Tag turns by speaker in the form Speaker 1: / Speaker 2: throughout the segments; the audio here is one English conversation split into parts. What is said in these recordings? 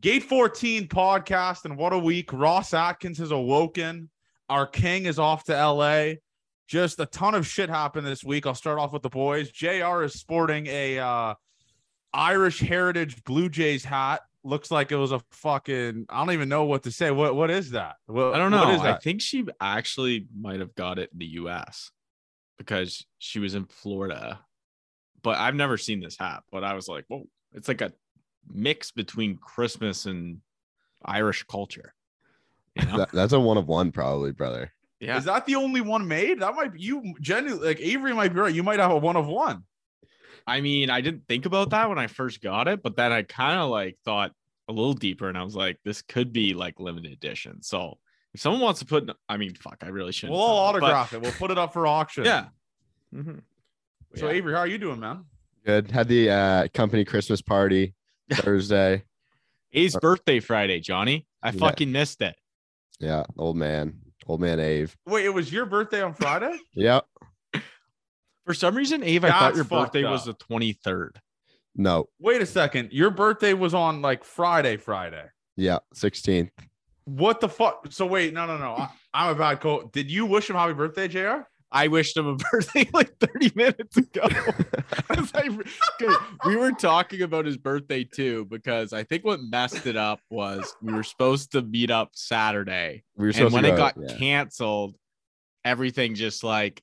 Speaker 1: Gate 14 podcast, and what a week. Ross Atkins has awoken. Our king is off to LA. Just a ton of shit happened this week. I'll start off with the boys. JR is sporting a uh, Irish Heritage Blue Jays hat. Looks like it was a fucking. I don't even know what to say. What what is that? What,
Speaker 2: I don't know.
Speaker 1: What is
Speaker 2: I
Speaker 1: that?
Speaker 2: think she actually might have got it in the US because she was in Florida. But I've never seen this hat. But I was like, whoa, it's like a mix between Christmas and Irish culture. You know?
Speaker 3: That- that's a one of one, probably, brother.
Speaker 2: yeah.
Speaker 1: Is that the only one made? That might be you. Genuinely, like Avery might be right. You might have a one of one.
Speaker 2: I mean, I didn't think about that when I first got it, but then I kind of like thought a little deeper and I was like, this could be like limited edition. So if someone wants to put, I mean, fuck, I really shouldn't.
Speaker 1: We'll all
Speaker 2: but-
Speaker 1: autograph Mm-hmm. it. We'll put it up for auction.
Speaker 2: Yeah. Mhm.
Speaker 1: So
Speaker 2: Yeah.
Speaker 1: Avery, how are you doing, man?
Speaker 3: Good. Had the uh, company Christmas party Thursday.
Speaker 2: A's birthday Friday, Johnny. I
Speaker 3: Yeah.
Speaker 2: fucking missed it.
Speaker 3: Yeah, old man, old man Ave.
Speaker 1: Wait, it was your birthday on Friday?
Speaker 3: Yep.
Speaker 2: For some reason, Ave, I
Speaker 1: That's
Speaker 2: thought your
Speaker 1: fucked
Speaker 2: birthday
Speaker 1: up.
Speaker 2: was the 23rd.
Speaker 3: No.
Speaker 1: Wait a second. Your birthday was on like Friday, Friday.
Speaker 3: Yeah, 16th.
Speaker 1: What the fuck? So wait, no, no, no. I, I'm a bad co. Did you wish him happy birthday, Jr?
Speaker 2: I wished him a birthday like 30 minutes ago. 'Cause I re- 'cause we were talking about his birthday too, because I think what messed it up was we were supposed to meet up Saturday.
Speaker 3: We were
Speaker 2: and
Speaker 3: supposed
Speaker 2: when
Speaker 3: to
Speaker 2: it
Speaker 3: go-
Speaker 2: got
Speaker 3: yeah.
Speaker 2: canceled, everything just like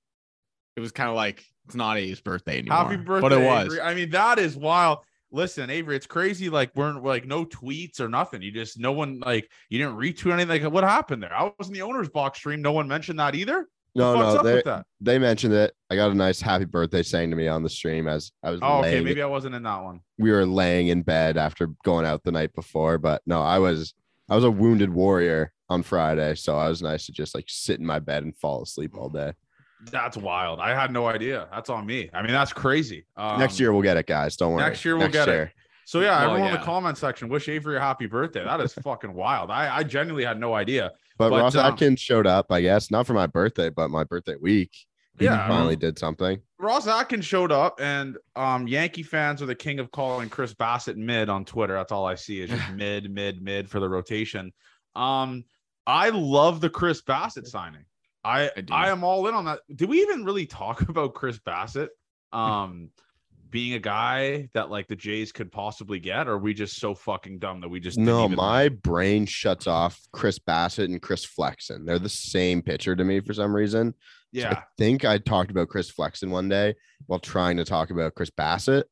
Speaker 2: it was kind of like it's not A's birthday anymore.
Speaker 1: Happy birthday!
Speaker 2: But it was.
Speaker 1: Avery. I mean, that is wild. Listen, Avery, it's crazy. Like we're like no tweets or nothing. You just no one like you didn't retweet anything. Like what happened there? I was in the owner's box stream. No one mentioned that either.
Speaker 3: no,
Speaker 1: the fuck's
Speaker 3: no,
Speaker 1: up
Speaker 3: they,
Speaker 1: with that?
Speaker 3: they mentioned it. I got a nice happy birthday saying to me on the stream as I was.
Speaker 1: Oh,
Speaker 3: laying,
Speaker 1: okay, maybe I wasn't in that one.
Speaker 3: we were laying in bed after going out the night before, but no, I was I was a wounded warrior on Friday, so I was nice to just like sit in my bed and fall asleep all day.
Speaker 1: That's wild. I had no idea. That's on me. I mean, that's crazy. Um,
Speaker 3: next year we'll get it, guys. Don't worry.
Speaker 1: next year we'll get it. So yeah,
Speaker 2: Well,
Speaker 1: everyone in the
Speaker 2: yeah.
Speaker 1: comment section, wish Avery a happy birthday. That is fucking wild. I, I genuinely had no idea.
Speaker 3: But,
Speaker 1: But,
Speaker 3: Ross
Speaker 1: um,
Speaker 3: Atkins showed up, I guess, not for my birthday, but my birthday week. He
Speaker 1: Yeah, I
Speaker 3: finally did something.
Speaker 1: Ross Atkins showed up, and um, Yankee fans are the king of calling Chris Bassett mid on Twitter. That's all I see is just mid, mid, mid for the rotation. Um, I love the Chris Bassett signing. I
Speaker 2: I do.
Speaker 1: I, am all in on that. Did we even really talk about Chris Bassett um, being a guy that like the Jays could possibly get? Or are we just so fucking dumb that we just didn't
Speaker 3: No,
Speaker 1: even-
Speaker 3: my brain shuts off Chris Bassett and Chris Flexen. They're the same pitcher to me for some reason. So
Speaker 1: yeah
Speaker 3: I think I talked about Chris Flexen one day while trying to talk about Chris Bassett.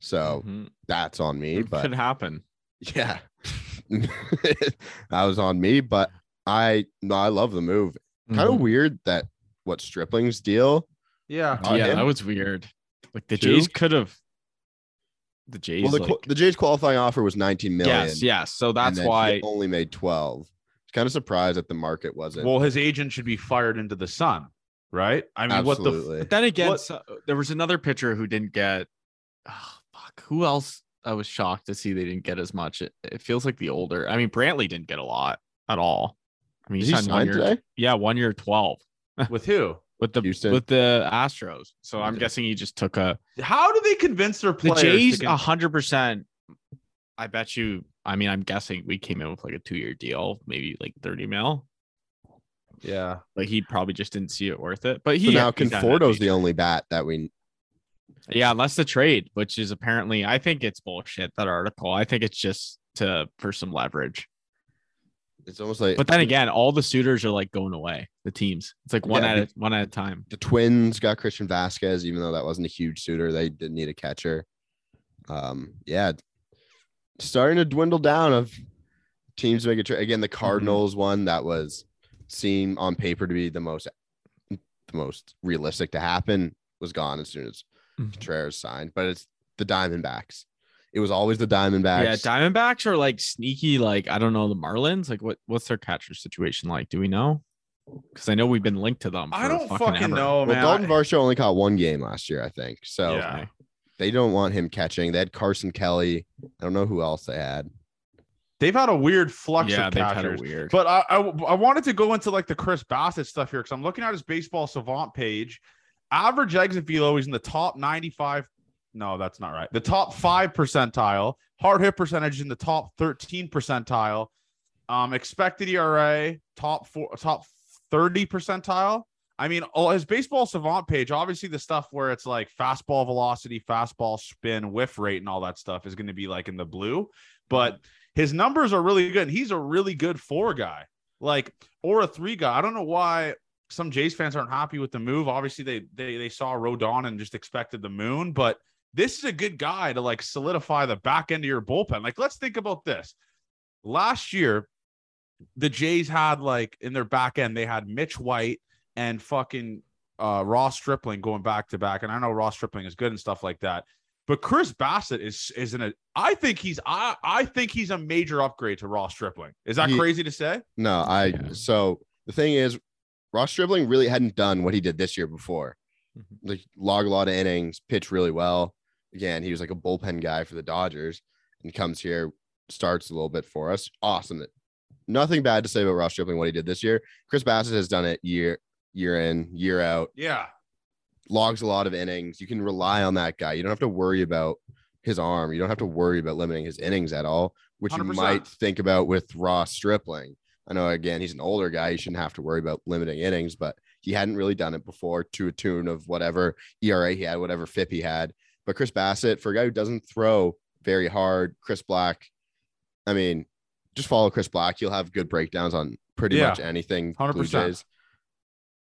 Speaker 3: So
Speaker 1: Mm-hmm.
Speaker 2: Mhm.
Speaker 3: that's on me.
Speaker 2: It
Speaker 3: Oh, But
Speaker 2: could happen.
Speaker 3: Yeah. that was on me, but I no, I love the move. Kind
Speaker 2: Mm-hmm.
Speaker 1: Mm-hmm.
Speaker 3: of weird that what Stripling's deal.
Speaker 1: yeah.
Speaker 3: on
Speaker 2: yeah,
Speaker 3: him.
Speaker 2: that was weird. Like the
Speaker 3: Two?
Speaker 2: Jays could have. The Jays.
Speaker 3: well, the,
Speaker 2: like-
Speaker 3: qu- the Jays qualifying offer was 19 million.
Speaker 2: yes, yes. So
Speaker 3: and
Speaker 2: that's
Speaker 3: then he
Speaker 2: why.
Speaker 3: only made 12. Kind of surprised that the market wasn't.
Speaker 1: Well, his agent should be fired into the sun, right? I mean, what the f-
Speaker 3: absolutely.
Speaker 2: But then again,
Speaker 1: What-
Speaker 2: so, uh, there was another pitcher who didn't get. Oh, fuck. Who else? I was shocked to see they didn't get as much. It, it feels like the older. I mean, Brantley didn't get a lot at all. I mean,
Speaker 3: Is
Speaker 2: he's
Speaker 3: he
Speaker 2: on one
Speaker 3: signed
Speaker 2: year.
Speaker 3: today?
Speaker 2: Yeah, one year twelve
Speaker 1: with who?
Speaker 2: with the
Speaker 3: Houston.
Speaker 2: with the Astros. So I'm
Speaker 3: Okay.
Speaker 2: guessing he just took a
Speaker 1: How do they convince their
Speaker 2: the
Speaker 1: players?
Speaker 2: Jays uh,
Speaker 1: to
Speaker 2: a
Speaker 1: con-
Speaker 2: hundred percent. I bet you. I mean, I'm guessing we came in with like a two year deal, maybe like thirty mil.
Speaker 1: yeah,
Speaker 2: Like he probably just didn't see it worth it. But
Speaker 3: So
Speaker 2: he
Speaker 3: now
Speaker 2: he's not
Speaker 3: Conforto's
Speaker 2: that
Speaker 3: the only bat that we
Speaker 2: Yeah, unless the trade, which is apparently, I think it's bullshit. That article, I think it's just to for some leverage.
Speaker 3: it's almost like
Speaker 2: But then again, all the suitors are like going away. The teams, it's like one
Speaker 3: Yeah,
Speaker 2: at a, one at a time.
Speaker 3: the twins got Christian Vasquez, even though that wasn't a huge suitor. They didn't need a catcher. Um, yeah, starting to dwindle down of teams making trade. Again,
Speaker 1: Mm-hmm.
Speaker 3: the Cardinals one that was seen on paper to be the most the most realistic to happen was gone as soon as
Speaker 1: Mm-hmm.
Speaker 2: Mhm.
Speaker 3: Contreras signed. But it's the Diamondbacks. It was always the Diamondbacks.
Speaker 2: Yeah, Diamondbacks are like sneaky. Like I don't know the Marlins. Like what what's their catcher situation like? Do we know? Because I know we've been linked to them.
Speaker 1: I
Speaker 2: for
Speaker 1: don't fucking, know,
Speaker 2: ever.
Speaker 3: well,
Speaker 1: oh, man.
Speaker 3: Dalton
Speaker 1: I-
Speaker 3: Varsho only caught one game last year, I think. So
Speaker 1: Yeah.
Speaker 2: Okay.
Speaker 3: they don't want him catching. They had Carson Kelly. I don't know who else they had.
Speaker 1: they've had a weird flux
Speaker 2: yeah,
Speaker 1: of
Speaker 2: they've had a
Speaker 1: catchers.
Speaker 2: weird.
Speaker 1: But I, I I wanted to go into like the Chris Bassett stuff here because I'm looking at his baseball savant page. Average exit velo is in the top 95, no, that's not right. The top five percentile, hard hit percentage in the top 13 percentile, um, expected ERA, top four, top 30 percentile. I mean, all his baseball savant page, obviously the stuff where it's like fastball velocity, fastball spin, whiff rate, and all that stuff is going to be like in the blue. But his numbers are really good. And he's a really good four guy, like or a three guy. I don't know why some Jays fans aren't happy with the move. Obviously, they they they saw Rodon and just expected the moon, but this is a good guy to like solidify the back end of your bullpen. Like, let's think about this. Last year, the Jays had like in their back end, they had Mitch White and fucking uh, Ross Stripling going back to back. And I know Ross Stripling is good and stuff like that, but Chris Bassett is is in a. I think he's I I think he's a major upgrade to Ross Stripling. Is that
Speaker 3: He-
Speaker 1: crazy to say?
Speaker 3: No, I.
Speaker 2: Yeah.
Speaker 3: So the thing is, Ross Stripling really hadn't done what he did this year before.
Speaker 2: Mhm.
Speaker 3: Like log a lot of innings, pitch really well. Again, he was like a bullpen guy for the Dodgers, and comes here, starts a little bit for us. Awesome. Nothing bad to say about Ross Stripling what he did this year. Chris Bassett has done it year year in year out.
Speaker 1: Yeah,
Speaker 3: logs a lot of innings. You can rely on that guy. You don't have to worry about his arm. You don't have to worry about limiting his innings at all, which you
Speaker 1: 100%.
Speaker 3: might think about with Ross Stripling. I know again he's an older guy. You shouldn't have to worry about limiting innings, but he hadn't really done it before to a tune of whatever ERA he had, whatever FIP he had. But Chris Bassett, for a guy who doesn't throw very hard, Chris Black, I mean, just follow Chris Black. You'll have good breakdowns on pretty
Speaker 1: Yeah.
Speaker 3: much anything. Blue
Speaker 1: 100%.
Speaker 3: Jays.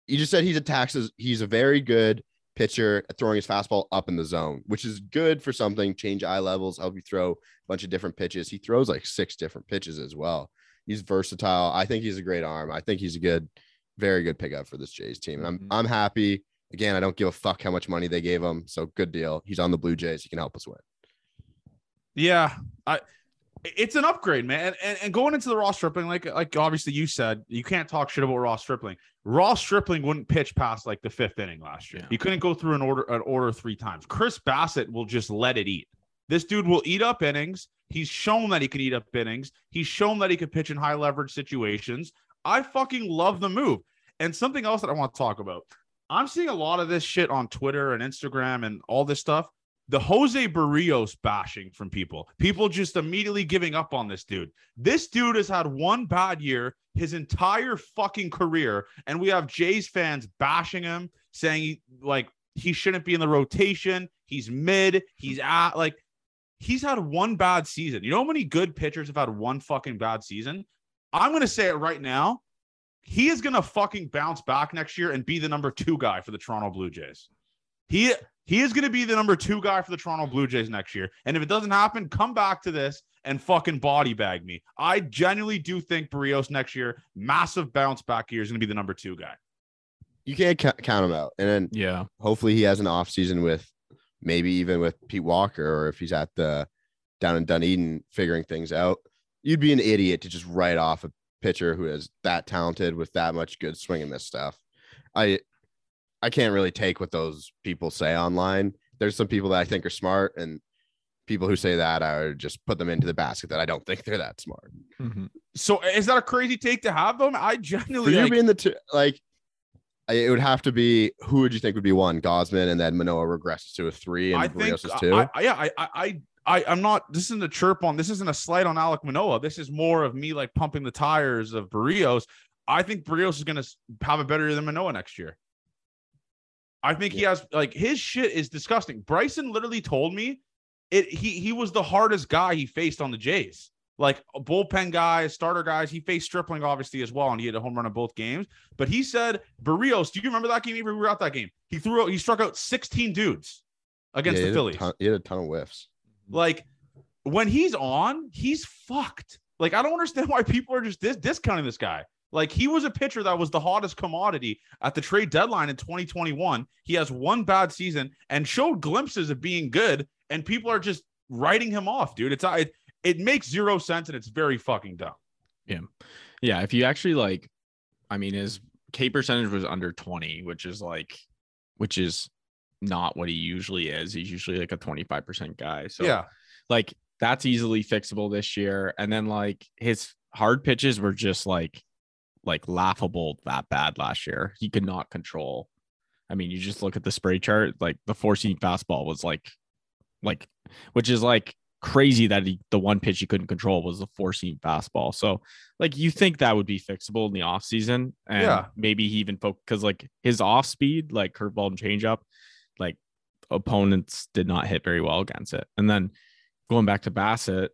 Speaker 3: You just said he's a taxes. He's a very good pitcher at throwing his fastball up in the zone, which is good for something. Change eye levels, help you throw a bunch of different pitches. He throws like six different pitches as well. He's versatile. I think he's a great arm. I think he's a good, very good pickup for this Jays team. And I'm
Speaker 2: Mhm.
Speaker 3: I'm happy. Again, I don't give a fuck how much money they gave him. So good deal. He's on the Blue Jays. He can help us win.
Speaker 1: Yeah, I it's an upgrade, man. And, and going into the Ross Stripling, like like obviously you said, you can't talk shit about Ross Stripling. Ross Stripling wouldn't pitch past like the fifth inning last year.
Speaker 2: Yeah.
Speaker 1: He couldn't go through an order an order three times. Chris Bassett will just let it eat. This dude will eat up innings. He's shown that he can eat up innings. He's shown that he can pitch in high leverage situations. I fucking love the move. And something else that I want to talk about. I'm seeing a lot of this shit on Twitter and Instagram and all this stuff the Jose Barrios bashing from people. People just immediately giving up on this dude. This dude has had one bad year his entire fucking career, and we have Jays fans bashing him, saying he- like he shouldn't be in the rotation. He's mid. He's at like he's had one bad season. You know how many good pitchers have had one fucking bad season? I'm gonna say it right now. He is gonna fucking bounce back next year and be the number two guy for the Toronto Blue Jays. He he is going to be the number two guy for the Toronto Blue Jays next year. And if it doesn't happen, come back to this and fucking body bag me. I genuinely do think Barrios next year, massive bounce back year, is going to be the number two guy.
Speaker 3: You can't ca- count him out. And then
Speaker 2: Yeah.
Speaker 3: hopefully he has an off season with maybe even with Pete Walker or if he's at the down in Dunedin figuring things out. You'd be an idiot to just write off a pitcher who is that talented with that much good swing and miss stuff. I I can't really take what those people say online. There's some people that I think are smart and people who say that I would just put them into the basket that I don't think they're that smart.
Speaker 2: Mhm.
Speaker 1: So is that a crazy take to have them? I genuinely
Speaker 3: For you
Speaker 1: like,
Speaker 3: being the two, like, I- it would have to be who would you think would be one? Gosman, and then Manoa regresses to a three, and
Speaker 1: I think
Speaker 3: Barrios is two.
Speaker 1: I, I, yeah, I, I, I, I, I'm not. This isn't a chirp on. This isn't a slight on Alec Manoa. This is more of me like pumping the tires of Barrios. I think Barrios is going to have a better year than Manoa next year. I think he has like his shit is disgusting. Bryson literally told me it. He he was the hardest guy he faced on the Jays. Like bullpen guys, starter guys. He faced Stripling obviously as well, and he had a home run in both games. But he said Barrios. Do you remember that game? Even we were out that game. He threw out. He struck out 16 dudes against the
Speaker 3: Yeah, he had a
Speaker 1: Phillies.
Speaker 3: ton- he had a ton of whiffs.
Speaker 1: Like when he's on, he's fucked. Like I don't understand why people are just dis- discounting this guy. Like he was a pitcher that was the hottest commodity at the trade deadline in 2021. He has one bad season and showed glimpses of being good, and people are just writing him off, dude. It's it, it makes zero sense and it's very fucking dumb.
Speaker 2: Yeah. If you actually like, I mean, his K percentage was under 20, which is like, which is not what he usually is. He's usually like a 25% guy. So,
Speaker 1: yeah,
Speaker 2: like, that's easily fixable this year. And then, like, his hard pitches were just like, like laughable that bad last year. He could not control. I mean, you just look at the spray chart, like the four seam fastball was like like which is like crazy that he, the one pitch he couldn't control was the four seam fastball. So like you think that would be fixable in the offseason and
Speaker 1: Yeah.
Speaker 2: maybe he even focus because like his off speed, like curveball and changeup, like opponents did not hit very well against it. And then going back to Bassett,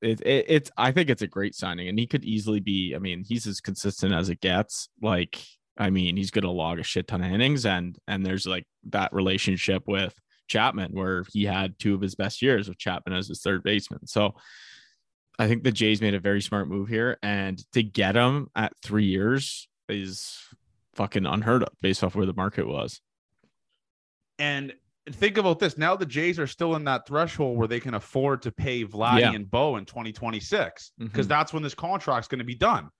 Speaker 2: it, it it's I think it's a great signing and he could easily be. I mean, he's as consistent as it gets. Like I mean, he's gonna log a shit ton of innings and and there's like that relationship with Chapman, where he had two of his best years with Chapman as his third baseman. So I think the Jays made a very smart move here. And to get him at three years is fucking unheard of based off where the market was.
Speaker 1: And think about this. Now the Jays are still in that threshold where they can afford to pay Vladdy
Speaker 2: Yeah.
Speaker 1: and Bo in 2026 because
Speaker 2: Mhm.
Speaker 1: that's when this contract's going to be done.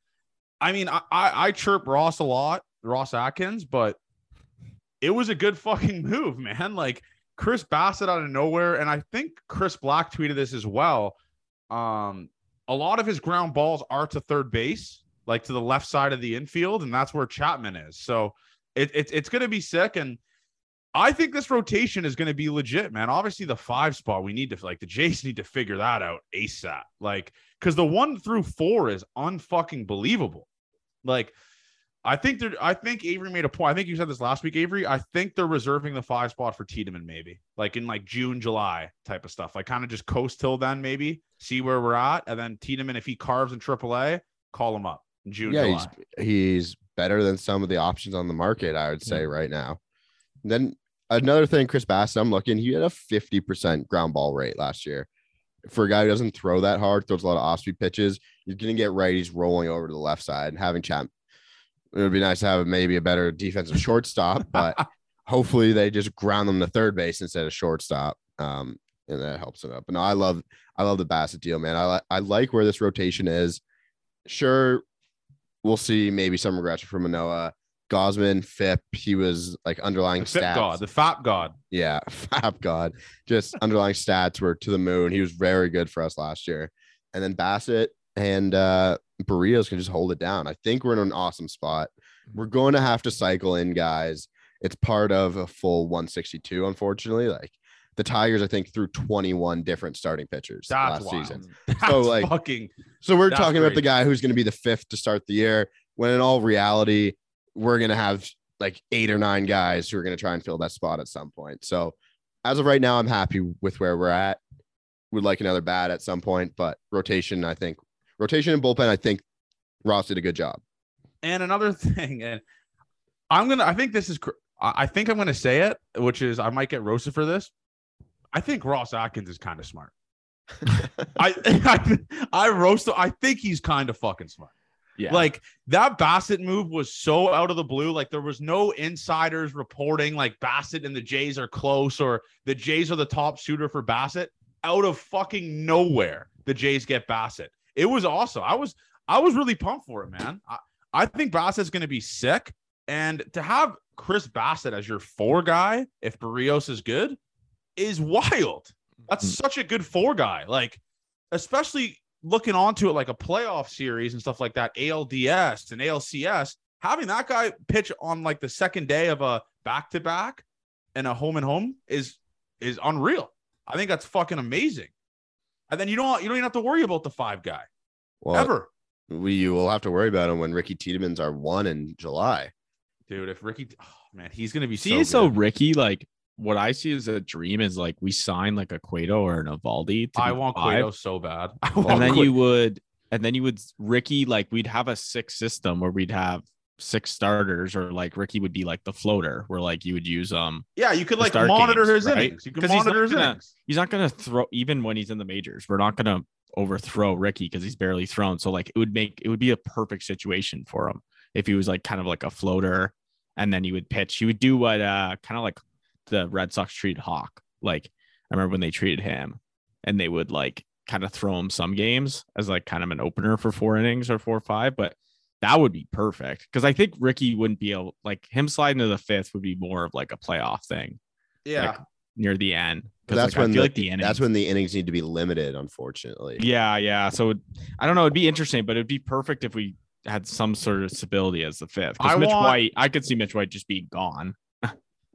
Speaker 1: I mean, I, I I chirp Ross a lot, Ross Atkins, but it was a good fucking move, man. Like Chris Bassett out of nowhere, and I think Chris Black tweeted this as well. Um, a lot of his ground balls are to third base, like to the left side of the infield, and that's where Chapman is. So it, it it's going to be sick, and I think this rotation is going to be legit, man. Obviously, the five spot we need to like the Jays need to figure that out asap. Like, because the one through four is unfucking believable. Like, I think they're. I think Avery made a point. I think you said this last week, Avery. I think they're reserving the five spot for Tiedemann, maybe like in like June, July type of stuff. Like, kind of just coast till then, maybe see where we're at, and then Tiedemann, if he carves in AAA, call him up in June,
Speaker 3: yeah,
Speaker 1: July.
Speaker 3: he's he's better than some of the options on the market, I would say right now. Then another thing, Chris Bassett, I'm looking, he had a 50% ground ball rate last year. For a guy who doesn't throw that hard, throws a lot of off-speed pitches, you're gonna get righties rolling over to the left side and having Chap. It would be nice to have maybe a better defensive shortstop, but hopefully they just ground them to third base instead of shortstop. Um, and that helps them up. But no, I love I love the Bassett deal, man. I li- I like where this rotation is. Sure, we'll see maybe some regression from Manoa. Gosman, FIP, he was like underlying
Speaker 1: the fit
Speaker 3: stats.
Speaker 1: god, the fap god.
Speaker 3: Yeah, Fab God. Just underlying stats were to the moon. He was very good for us last year. And then Bassett and uh Barrios can just hold it down. I think we're in an awesome spot. We're going to have to cycle in guys. It's part of a full 162, unfortunately. Like the Tigers, I think, threw 21 different starting pitchers
Speaker 1: That's
Speaker 3: last
Speaker 1: wild.
Speaker 3: season.
Speaker 1: That's
Speaker 3: like,
Speaker 1: fucking
Speaker 3: So we're
Speaker 1: That's
Speaker 3: talking about
Speaker 1: crazy.
Speaker 3: the guy who's going to be the fifth to start the year. When in all reality, we're going to have like eight or nine guys who are going to try and fill that spot at some point. So as of right now, I'm happy with where we're at. Would like another bat at some point, but rotation, I think, rotation and bullpen, I think Ross did a good job.
Speaker 1: And another thing, and I'm gonna, I think this is, cr- I I think I'm gonna say it, which is I might get roasted for this. I think Ross Atkins is kind of smart. I, I I roast. I think he's kind of fucking smart.
Speaker 2: Yeah.
Speaker 1: Like that Bassett move was so out of the blue. Like there was no insiders reporting like Bassett and the Jays are close or the Jays are the top shooter for Bassett. Out of fucking nowhere, the Jays get Bassett. It was awesome. I was I was really pumped for it, man. I, I think Bassett's gonna be sick. And to have Chris Bassett as your four guy, if Barrios is good, is wild. That's
Speaker 2: Mm.
Speaker 1: such a good four guy. Like, especially looking onto it like a playoff series and stuff like that, ALDS and ALCS, having that guy pitch on like the second day of a back to back and a home and home is is unreal. I think that's fucking amazing. And then you don't you don't even have to worry about the five guy
Speaker 3: Well,
Speaker 1: ever.
Speaker 3: we will have to worry about him when Ricky Tiedemann's our one in July.
Speaker 1: Dude, if Ricky oh, man, he's gonna be
Speaker 2: see,
Speaker 1: so,
Speaker 2: it's so
Speaker 1: good.
Speaker 2: Ricky, like what I see as a dream is like we sign like a Cueto or an Evaldi. to
Speaker 1: I
Speaker 2: be
Speaker 1: want
Speaker 2: five.
Speaker 1: Cueto so bad. I want
Speaker 2: and then
Speaker 1: Cueto.
Speaker 2: you would and then you would ricky like we'd have a six system where we'd have six starters or like ricky would be like the floater where like you would use um
Speaker 1: yeah, you could
Speaker 2: the
Speaker 1: like
Speaker 2: start
Speaker 1: monitor
Speaker 2: games,
Speaker 1: his
Speaker 2: right?
Speaker 1: innings. You can
Speaker 2: 'Cause he's
Speaker 1: monitor
Speaker 2: not
Speaker 1: his
Speaker 2: gonna-
Speaker 1: innings.
Speaker 2: he's not gonna throw even when he's in the majors we're not gonna overthrow ricky because he's barely thrown so like it would make it would be a perfect situation for him if he was like kind of like a floater and then he would pitch he would do what uh kind of like the red sox treated hawk like i remember when they treated him and they would like kind of throw him some games as like kind of an opener for four innings or four or five, but that would be perfect because I think Ricky wouldn't be able like him sliding to the fifth would be more of like a playoff thing
Speaker 1: Yeah.
Speaker 2: like, near the end
Speaker 3: But
Speaker 2: because
Speaker 3: that's
Speaker 2: like,
Speaker 3: when
Speaker 2: I feel
Speaker 3: the-
Speaker 2: like the innings.
Speaker 3: That's when the innings need to be limited, unfortunately.
Speaker 2: yeah, yeah. So it, I don't know. It'd be interesting, but it'd be perfect if we had some sort of stability as the fifth.
Speaker 1: I
Speaker 2: Because Mitch
Speaker 1: want-
Speaker 2: White, I could see Mitch White just being gone.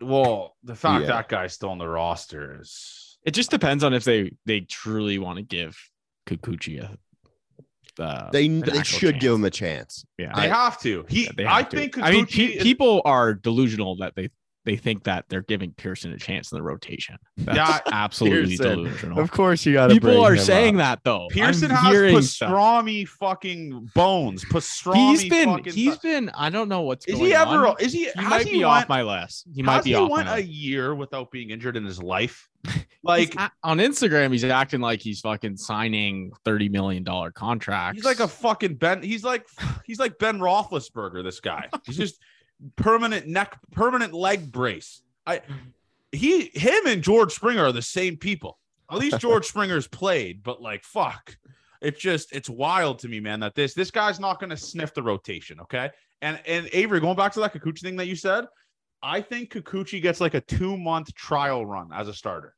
Speaker 1: Well, the fact
Speaker 3: Yeah.
Speaker 1: that guy's still on the roster is
Speaker 2: It just depends on if they they truly want to give Kikuchi a. Uh,
Speaker 3: They
Speaker 2: an
Speaker 3: they
Speaker 2: actual
Speaker 3: should
Speaker 2: chance.
Speaker 3: give him a chance.
Speaker 2: yeah,
Speaker 1: They have to. He,
Speaker 2: Yeah, they
Speaker 1: I
Speaker 2: have to.
Speaker 1: think.
Speaker 2: I mean,
Speaker 1: Kikuchi
Speaker 2: pe-
Speaker 1: is-
Speaker 2: people are delusional that they they think that they're giving Pearson a chance in the rotation. That's
Speaker 1: Yeah,
Speaker 2: absolutely
Speaker 3: Pearson.
Speaker 2: delusional.
Speaker 3: course, you got
Speaker 2: People are saying that though.
Speaker 1: Pearson
Speaker 2: I'm
Speaker 1: has
Speaker 2: hearing stuff.
Speaker 1: pastrami fucking bones. Pastrami.
Speaker 2: He's been
Speaker 1: Fucking
Speaker 2: he's been. I don't know what's
Speaker 1: Is
Speaker 2: going
Speaker 1: he ever?
Speaker 2: on.
Speaker 1: Is he?
Speaker 2: He
Speaker 1: has
Speaker 2: might
Speaker 1: he
Speaker 2: be
Speaker 1: went,
Speaker 2: off my list. He
Speaker 1: has
Speaker 2: might be
Speaker 1: he
Speaker 2: off
Speaker 1: went
Speaker 2: my
Speaker 1: a
Speaker 2: list.
Speaker 1: year without being injured in his life? Like
Speaker 2: He's a- on Instagram, he's acting like he's fucking signing thirty million dollar contracts.
Speaker 1: He's like a fucking Ben. He's like he's like Ben Roethlisberger. This guy. He's just permanent neck, permanent leg brace. I he him and George Springer are the same people. At least George Springer's played, but like fuck, it's just it's wild to me, man. That this this guy's not going to sniff the rotation. Okay, and and Avery, going back to that Kikuchi thing that you said, I think Kikuchi gets like a two month trial run as a starter.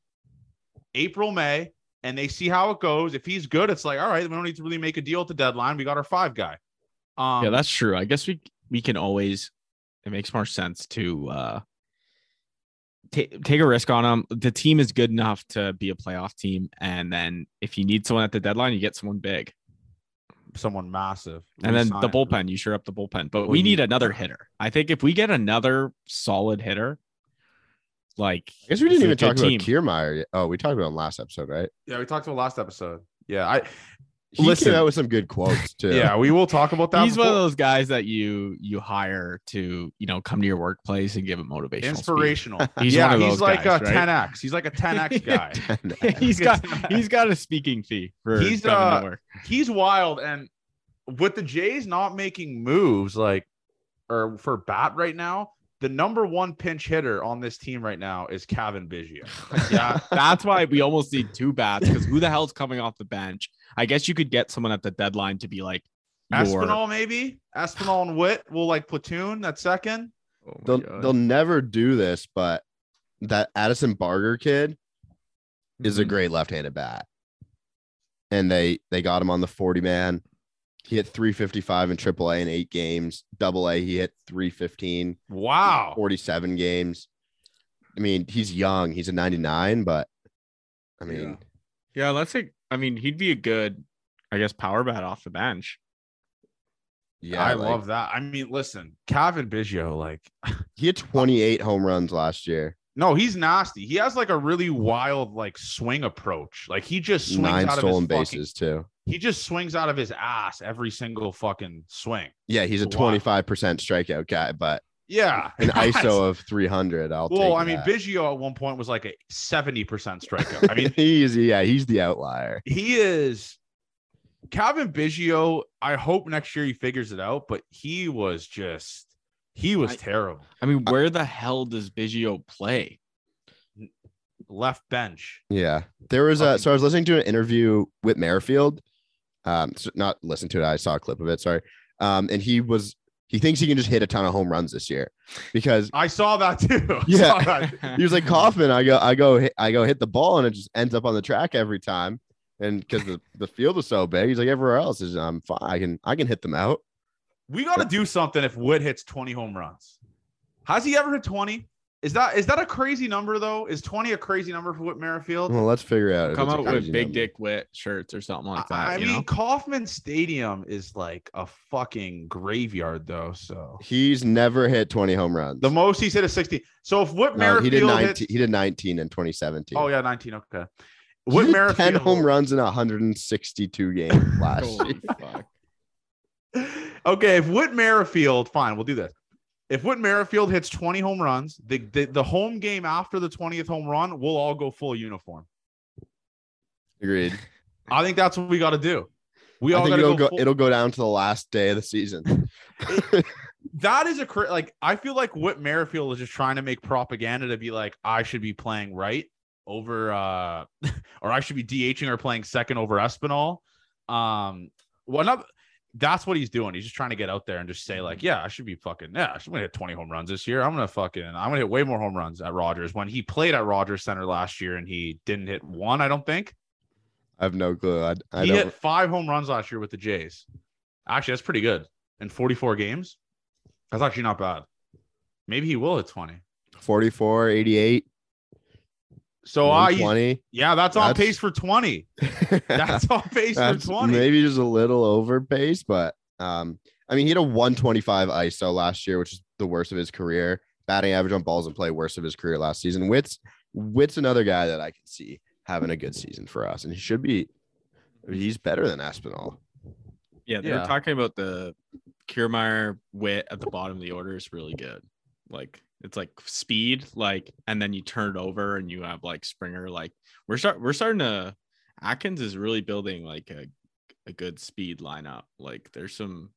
Speaker 1: April, May, and they see how it goes. If he's good, it's like, all right, we don't need to really make a deal at the deadline. We got our five guy. Um,
Speaker 2: yeah, that's true. I guess we we can always. It makes more sense to uh ta- take a risk on him. The team is good enough to be a playoff team, and then if you need someone at the deadline, you get someone big,
Speaker 1: someone massive.
Speaker 2: and then
Speaker 1: Resign
Speaker 2: the
Speaker 1: him.
Speaker 2: bullpen. You sure up the bullpen, but
Speaker 1: Well,
Speaker 2: we
Speaker 1: you-
Speaker 2: need another hitter. I think if we get another solid hitter, like
Speaker 3: I guess we
Speaker 2: this
Speaker 3: didn't
Speaker 2: is a
Speaker 3: even talk
Speaker 2: good
Speaker 3: about
Speaker 2: team.
Speaker 3: Kiermaier. yet. Oh, we talked about him last episode, right?
Speaker 1: Yeah, we talked about last episode. Yeah, I
Speaker 3: He
Speaker 2: Listen.
Speaker 3: came out with some good quotes too.
Speaker 1: yeah, we will talk about that.
Speaker 2: He's one of
Speaker 1: before-
Speaker 2: those guys that you you hire to you know come to your workplace and give it motivational, speech.
Speaker 1: inspirational.
Speaker 2: He's
Speaker 1: yeah,
Speaker 2: one of
Speaker 1: he's
Speaker 2: those
Speaker 1: like
Speaker 2: guys,
Speaker 1: a
Speaker 2: right?
Speaker 1: 10x. He's like a 10x guy.
Speaker 2: he's got he's got a speaking fee for
Speaker 1: He's,
Speaker 2: coming
Speaker 1: uh,
Speaker 2: to work.
Speaker 1: he's wild and with the Jays not making moves like or for bat right now, the number one pinch hitter on this team right now is Kevin Biggio.
Speaker 2: Yeah, that's why we almost need two bats because who the hell's coming off the bench? I guess you could get someone at the deadline to be like your-
Speaker 1: Espinal maybe Espinal and Witt will like platoon that second.
Speaker 2: Oh my
Speaker 3: they'll
Speaker 2: God.
Speaker 3: they'll never do this, but that Addison Barger kid is a
Speaker 2: Mm-hmm.
Speaker 3: great left-handed bat, and they they got him on the forty man. He hit 355 in AAA in eight games. Double A, he hit 315,
Speaker 1: Wow.
Speaker 3: 47 games. I mean, he's young. He's a 99, but I mean,
Speaker 2: Yeah. yeah, let's say I mean he'd be a good, I guess, power bat off the bench.
Speaker 3: yeah,
Speaker 1: I
Speaker 3: like,
Speaker 1: love that. I mean, listen, Kevin Biggio, like,
Speaker 3: He had 28 home runs last year.
Speaker 1: no, he's nasty. He has like a really wild like swing approach. Like he just swings
Speaker 3: Nine
Speaker 1: out
Speaker 3: stolen
Speaker 1: of his
Speaker 3: bases too.
Speaker 1: Fucking, he just swings out of his ass every single fucking swing.
Speaker 3: Yeah, he's a
Speaker 1: Wow.
Speaker 3: 25 percent strikeout guy, but
Speaker 1: Yeah,
Speaker 3: an ISO of 300. I'll
Speaker 1: well,
Speaker 3: take
Speaker 1: I mean,
Speaker 3: that.
Speaker 1: Biggio at one point was like a seventy percent strikeout. I mean,
Speaker 3: he's yeah, he's the outlier.
Speaker 1: he is Calvin Biggio. I hope next year he figures it out, but he was just he was
Speaker 2: I-
Speaker 1: terrible.
Speaker 2: I mean, where the hell does Biggio play?
Speaker 1: Left bench.
Speaker 3: Yeah, there was a
Speaker 1: Fucking-
Speaker 3: so I was listening to an interview with Merrifield. Um, so not listen to it. I saw a clip of it. Sorry. Um, and he was he thinks he can just hit a ton of home runs this year because
Speaker 1: I saw that too. I
Speaker 3: Yeah.
Speaker 1: saw that.
Speaker 3: he was like Kaufman. I go, I go, hit, I go hit the ball, and it just ends up on the track every time. And because the, the field is so big, he's like everywhere else is I'm fine. I can I can hit them out.
Speaker 1: We got to do something if Wood hits 20 home runs. Has he ever hit 20? Is that is that a crazy number though? Is 20 a crazy number for Whit Merrifield?
Speaker 3: Well, let's figure out. if
Speaker 2: Come
Speaker 3: it's a
Speaker 2: out with
Speaker 3: crazy
Speaker 2: big
Speaker 3: number.
Speaker 2: dick wit shirts or something like that.
Speaker 1: I I
Speaker 2: you
Speaker 1: mean,
Speaker 2: know?
Speaker 1: Kauffman Stadium is like a fucking graveyard though. So
Speaker 3: He's never hit 20 home runs.
Speaker 1: the most he's hit is 16. So if Whit
Speaker 3: No,
Speaker 1: Merrifield
Speaker 3: he did 19.
Speaker 1: hits,
Speaker 3: He did 19 in 2017.
Speaker 1: oh yeah, 19. Okay.
Speaker 3: He
Speaker 1: Whit
Speaker 3: did
Speaker 1: Merrifield
Speaker 3: 10 home runs in 162 games last year.
Speaker 2: Holy fuck.
Speaker 1: okay, if Whit Merrifield, fine, we'll do this. If Whit Merrifield hits 20 home runs, the, the the home game after the 20th home run, we'll all go full uniform.
Speaker 3: Agreed.
Speaker 1: I think that's what we got to do. We
Speaker 3: I
Speaker 1: all
Speaker 3: think
Speaker 1: got to
Speaker 3: it'll
Speaker 1: go.
Speaker 3: go,
Speaker 1: full-
Speaker 3: it'll go down to the last day of the season.
Speaker 1: that is a cra- like. I feel like Whit Merrifield is just trying to make propaganda to be like, I should be playing right over, uh or I should be DHing or playing second over Espinal. Um, well, not. That's what he's doing. He's just trying to get out there and just say like, yeah, I should be fucking yeah, I should gonna hit 20 home runs this year. I'm gonna fucking I'm gonna hit way more home runs at Rogers when he played at Rogers Center last year and he didn't hit one. I don't think.
Speaker 3: I have no clue. I, I
Speaker 1: he
Speaker 3: don't.
Speaker 1: hit five home runs last year with the Jays. Actually, that's pretty good in 44 games. That's actually not bad. Maybe he will hit 20.
Speaker 3: 44, 88,
Speaker 1: So I,
Speaker 3: 20.
Speaker 1: yeah, that's on
Speaker 3: That's-
Speaker 1: pace for 20. That's on pace
Speaker 3: That's
Speaker 1: for 20.
Speaker 3: maybe just a little overpaced, but um, I mean, he had a 125 ISO last year, which is the worst of his career. Batting average on balls in play, worst of his career last season. Witt's Witt's another guy that I can see having a good season for us, and he should be. He's better than Aspinall.
Speaker 2: Yeah, they
Speaker 1: Yeah.
Speaker 2: were talking about the Kiermaier wit at the bottom of the order is really good. Like it's like speed, like, and then you turn it over and you have like Springer. Like we're start we're starting to Atkins is really building like a a good speed lineup. Like there's some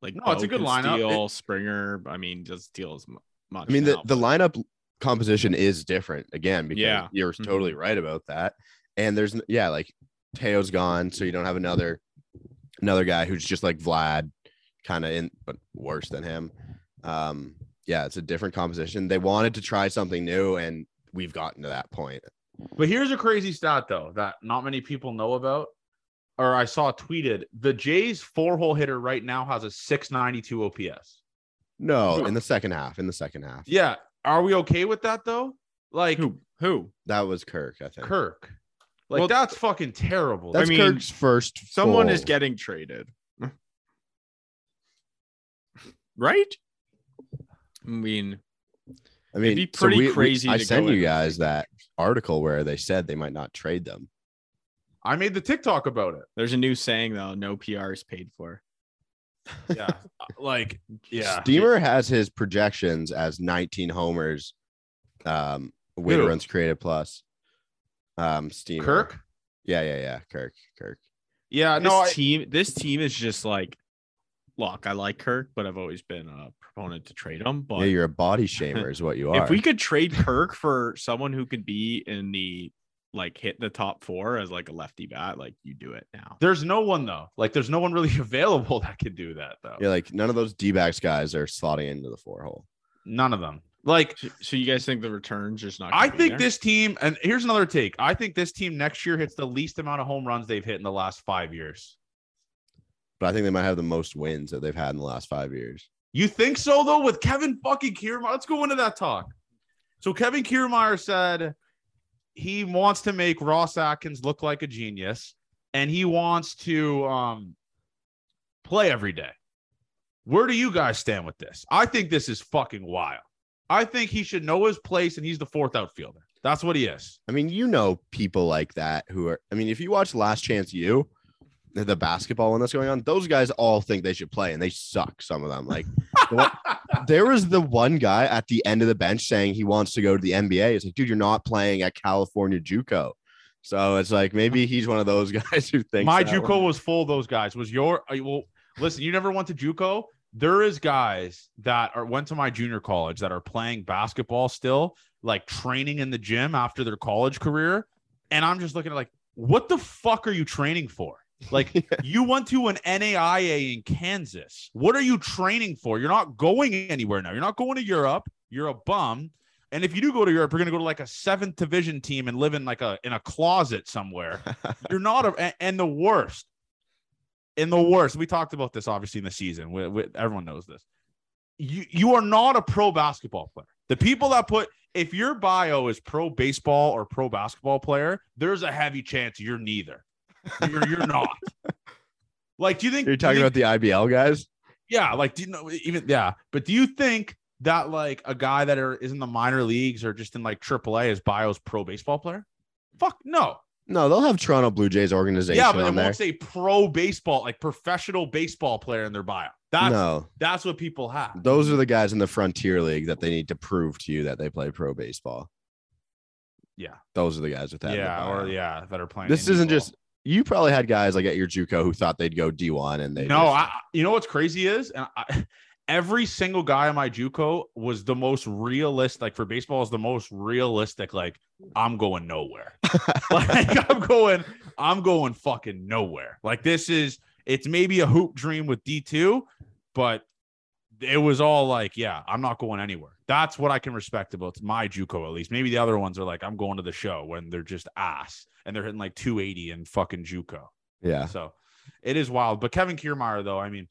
Speaker 2: like
Speaker 1: No, it's a
Speaker 2: Bo
Speaker 1: good
Speaker 2: can
Speaker 1: lineup.
Speaker 2: Steal, Springer. I mean, does steal as mu- much.
Speaker 3: I mean, the,
Speaker 2: now,
Speaker 3: the
Speaker 2: but-
Speaker 3: lineup composition is different again because
Speaker 2: Yeah.
Speaker 3: you're
Speaker 2: Mhm.
Speaker 3: totally right about that. And there's n- yeah, like Teo's gone, so you don't have another another guy who's just like Vlad, kind of in but worse than him. Um, yeah, it's a different composition. They wanted to try something new, and we've gotten to that point.
Speaker 1: But here's a crazy stat though that not many people know about, or I saw tweeted. The Jays four hole hitter right now has a 692 OPS.
Speaker 3: No, in the second half, in the second half,
Speaker 1: Yeah, are we okay with that though? Like
Speaker 2: who who
Speaker 3: that was Kirk. I think
Speaker 1: Kirk, like
Speaker 2: Well,
Speaker 1: that's fucking terrible.
Speaker 2: I
Speaker 3: that's
Speaker 2: mean,
Speaker 3: Kirk's first.
Speaker 2: someone
Speaker 1: Oh.
Speaker 3: full-
Speaker 2: is getting traded. Right? I mean,
Speaker 3: I mean,
Speaker 2: be
Speaker 3: so
Speaker 2: pretty
Speaker 3: we- we-
Speaker 2: crazy
Speaker 3: I
Speaker 2: to go
Speaker 3: sent
Speaker 2: in
Speaker 3: you
Speaker 2: with
Speaker 3: guys that article where they said they might not trade them.
Speaker 1: I made the TikTok about it.
Speaker 2: There's a new saying though, no PR is paid for.
Speaker 1: Yeah, like yeah,
Speaker 3: Steamer has his projections as 19 homers. Um, weighted
Speaker 1: Who?
Speaker 3: runs created plus. Um, Steamer.
Speaker 1: Kirk.
Speaker 3: Yeah, yeah, yeah. Kirk. Kirk.
Speaker 1: Yeah,
Speaker 2: This
Speaker 1: no, I,
Speaker 2: team, this team is just like, look, I like Kirk, but I've always been a proponent to trade him.
Speaker 3: yeah,
Speaker 2: But
Speaker 3: you're a body shamer, is what you are.
Speaker 2: if we could trade Kirk for someone who could be in the like hit the top four as like a lefty bat, like you do it now.
Speaker 1: there's no one though. Like there's no one really available that could do that though.
Speaker 3: you're like none of those D backs guys are slotting into the four hole.
Speaker 1: None of them. Like
Speaker 2: So, so you guys think the returns just not? gonna
Speaker 1: I
Speaker 2: be
Speaker 1: think
Speaker 2: there?
Speaker 1: this team, and here's another take. I think this team next year hits the least amount of home runs they've hit in the last five years.
Speaker 3: But I think they might have the most wins that they've had in the last five years.
Speaker 1: You think so though? With Kevin fucking Kiermaier, let's go into that talk. So Kevin Kiermaier said he wants to make Ross Atkins look like a genius, and he wants to um, play every day. Where do you guys stand with this? I think this is fucking wild. I think he should know his place, and he's the fourth outfielder. That's what he is.
Speaker 3: I mean, you know people like that who are. I mean, if you watch Last Chance U, the- the basketball one that's going on, those guys all think they should play, and they suck. Some of them, like the one- there was the one guy at the end of the bench saying he wants to go to the NBA. It's like, dude, you're not playing at California JUCO. So it's like maybe he's one of those guys who thinks
Speaker 1: my
Speaker 3: that
Speaker 1: JUCO
Speaker 3: way.
Speaker 1: was full of those guys. Was your I- well? Listen, you never went to JUCO. There is guys that are went to my junior college that are playing basketball still, like training in the gym after their college career, and I'm just looking at like, what the fuck are you training for? Like you went to an NAIA in Kansas. What are you training for? You're not going anywhere now. You're not going to Europe. You're a bum. And if you do go to Europe, you're gonna go to like a seventh division team and live in like a in a closet somewhere. You're not a and- and the worst. And the worst. We talked about this obviously in the season. We, we- everyone knows this. You you are not a pro basketball player. The people that put if your bio is pro baseball or pro basketball player, there's a heavy chance you're neither. You're you're not. Like, do you think
Speaker 3: You're talking
Speaker 1: do you think-
Speaker 3: about the IBL guys?
Speaker 1: yeah, like do you know e-, even yeah, but do you think that like a guy that are, is in the minor leagues or just in like AAA is bio's pro baseball player? Fuck no.
Speaker 3: No, they'll have Toronto Blue Jays organization
Speaker 1: Yeah, but it
Speaker 3: on there.
Speaker 1: won't say pro baseball, like professional baseball player in their bio. That's
Speaker 3: No,
Speaker 1: that's what people have.
Speaker 3: those are the guys in the Frontier League that they need to prove to you that they play pro baseball.
Speaker 1: Yeah.
Speaker 3: Those are the guys with that. in the
Speaker 1: yeah,
Speaker 3: bio.
Speaker 1: or yeah, that are playing.
Speaker 3: This
Speaker 1: indie
Speaker 3: isn't
Speaker 1: ball.
Speaker 3: just you probably had guys like at your JUCO who thought they'd go D1 and they
Speaker 1: no.
Speaker 3: just-
Speaker 1: I, you know what's crazy is, and I, every single guy in my JUCO was the most realistic. Like for baseball, is the most realistic. Like I'm going nowhere. like I'm going, I'm going fucking nowhere. Like this is, it's maybe a hoop dream with D two, but it was all like, yeah, I'm not going anywhere. That's what I can respect about my JUCO at least. Maybe the other ones are like, I'm going to the show when they're just ass and they're hitting like 280 in fucking JUCO.
Speaker 3: yeah.
Speaker 1: So it is wild. But Kevin Kiermaier, though, I mean,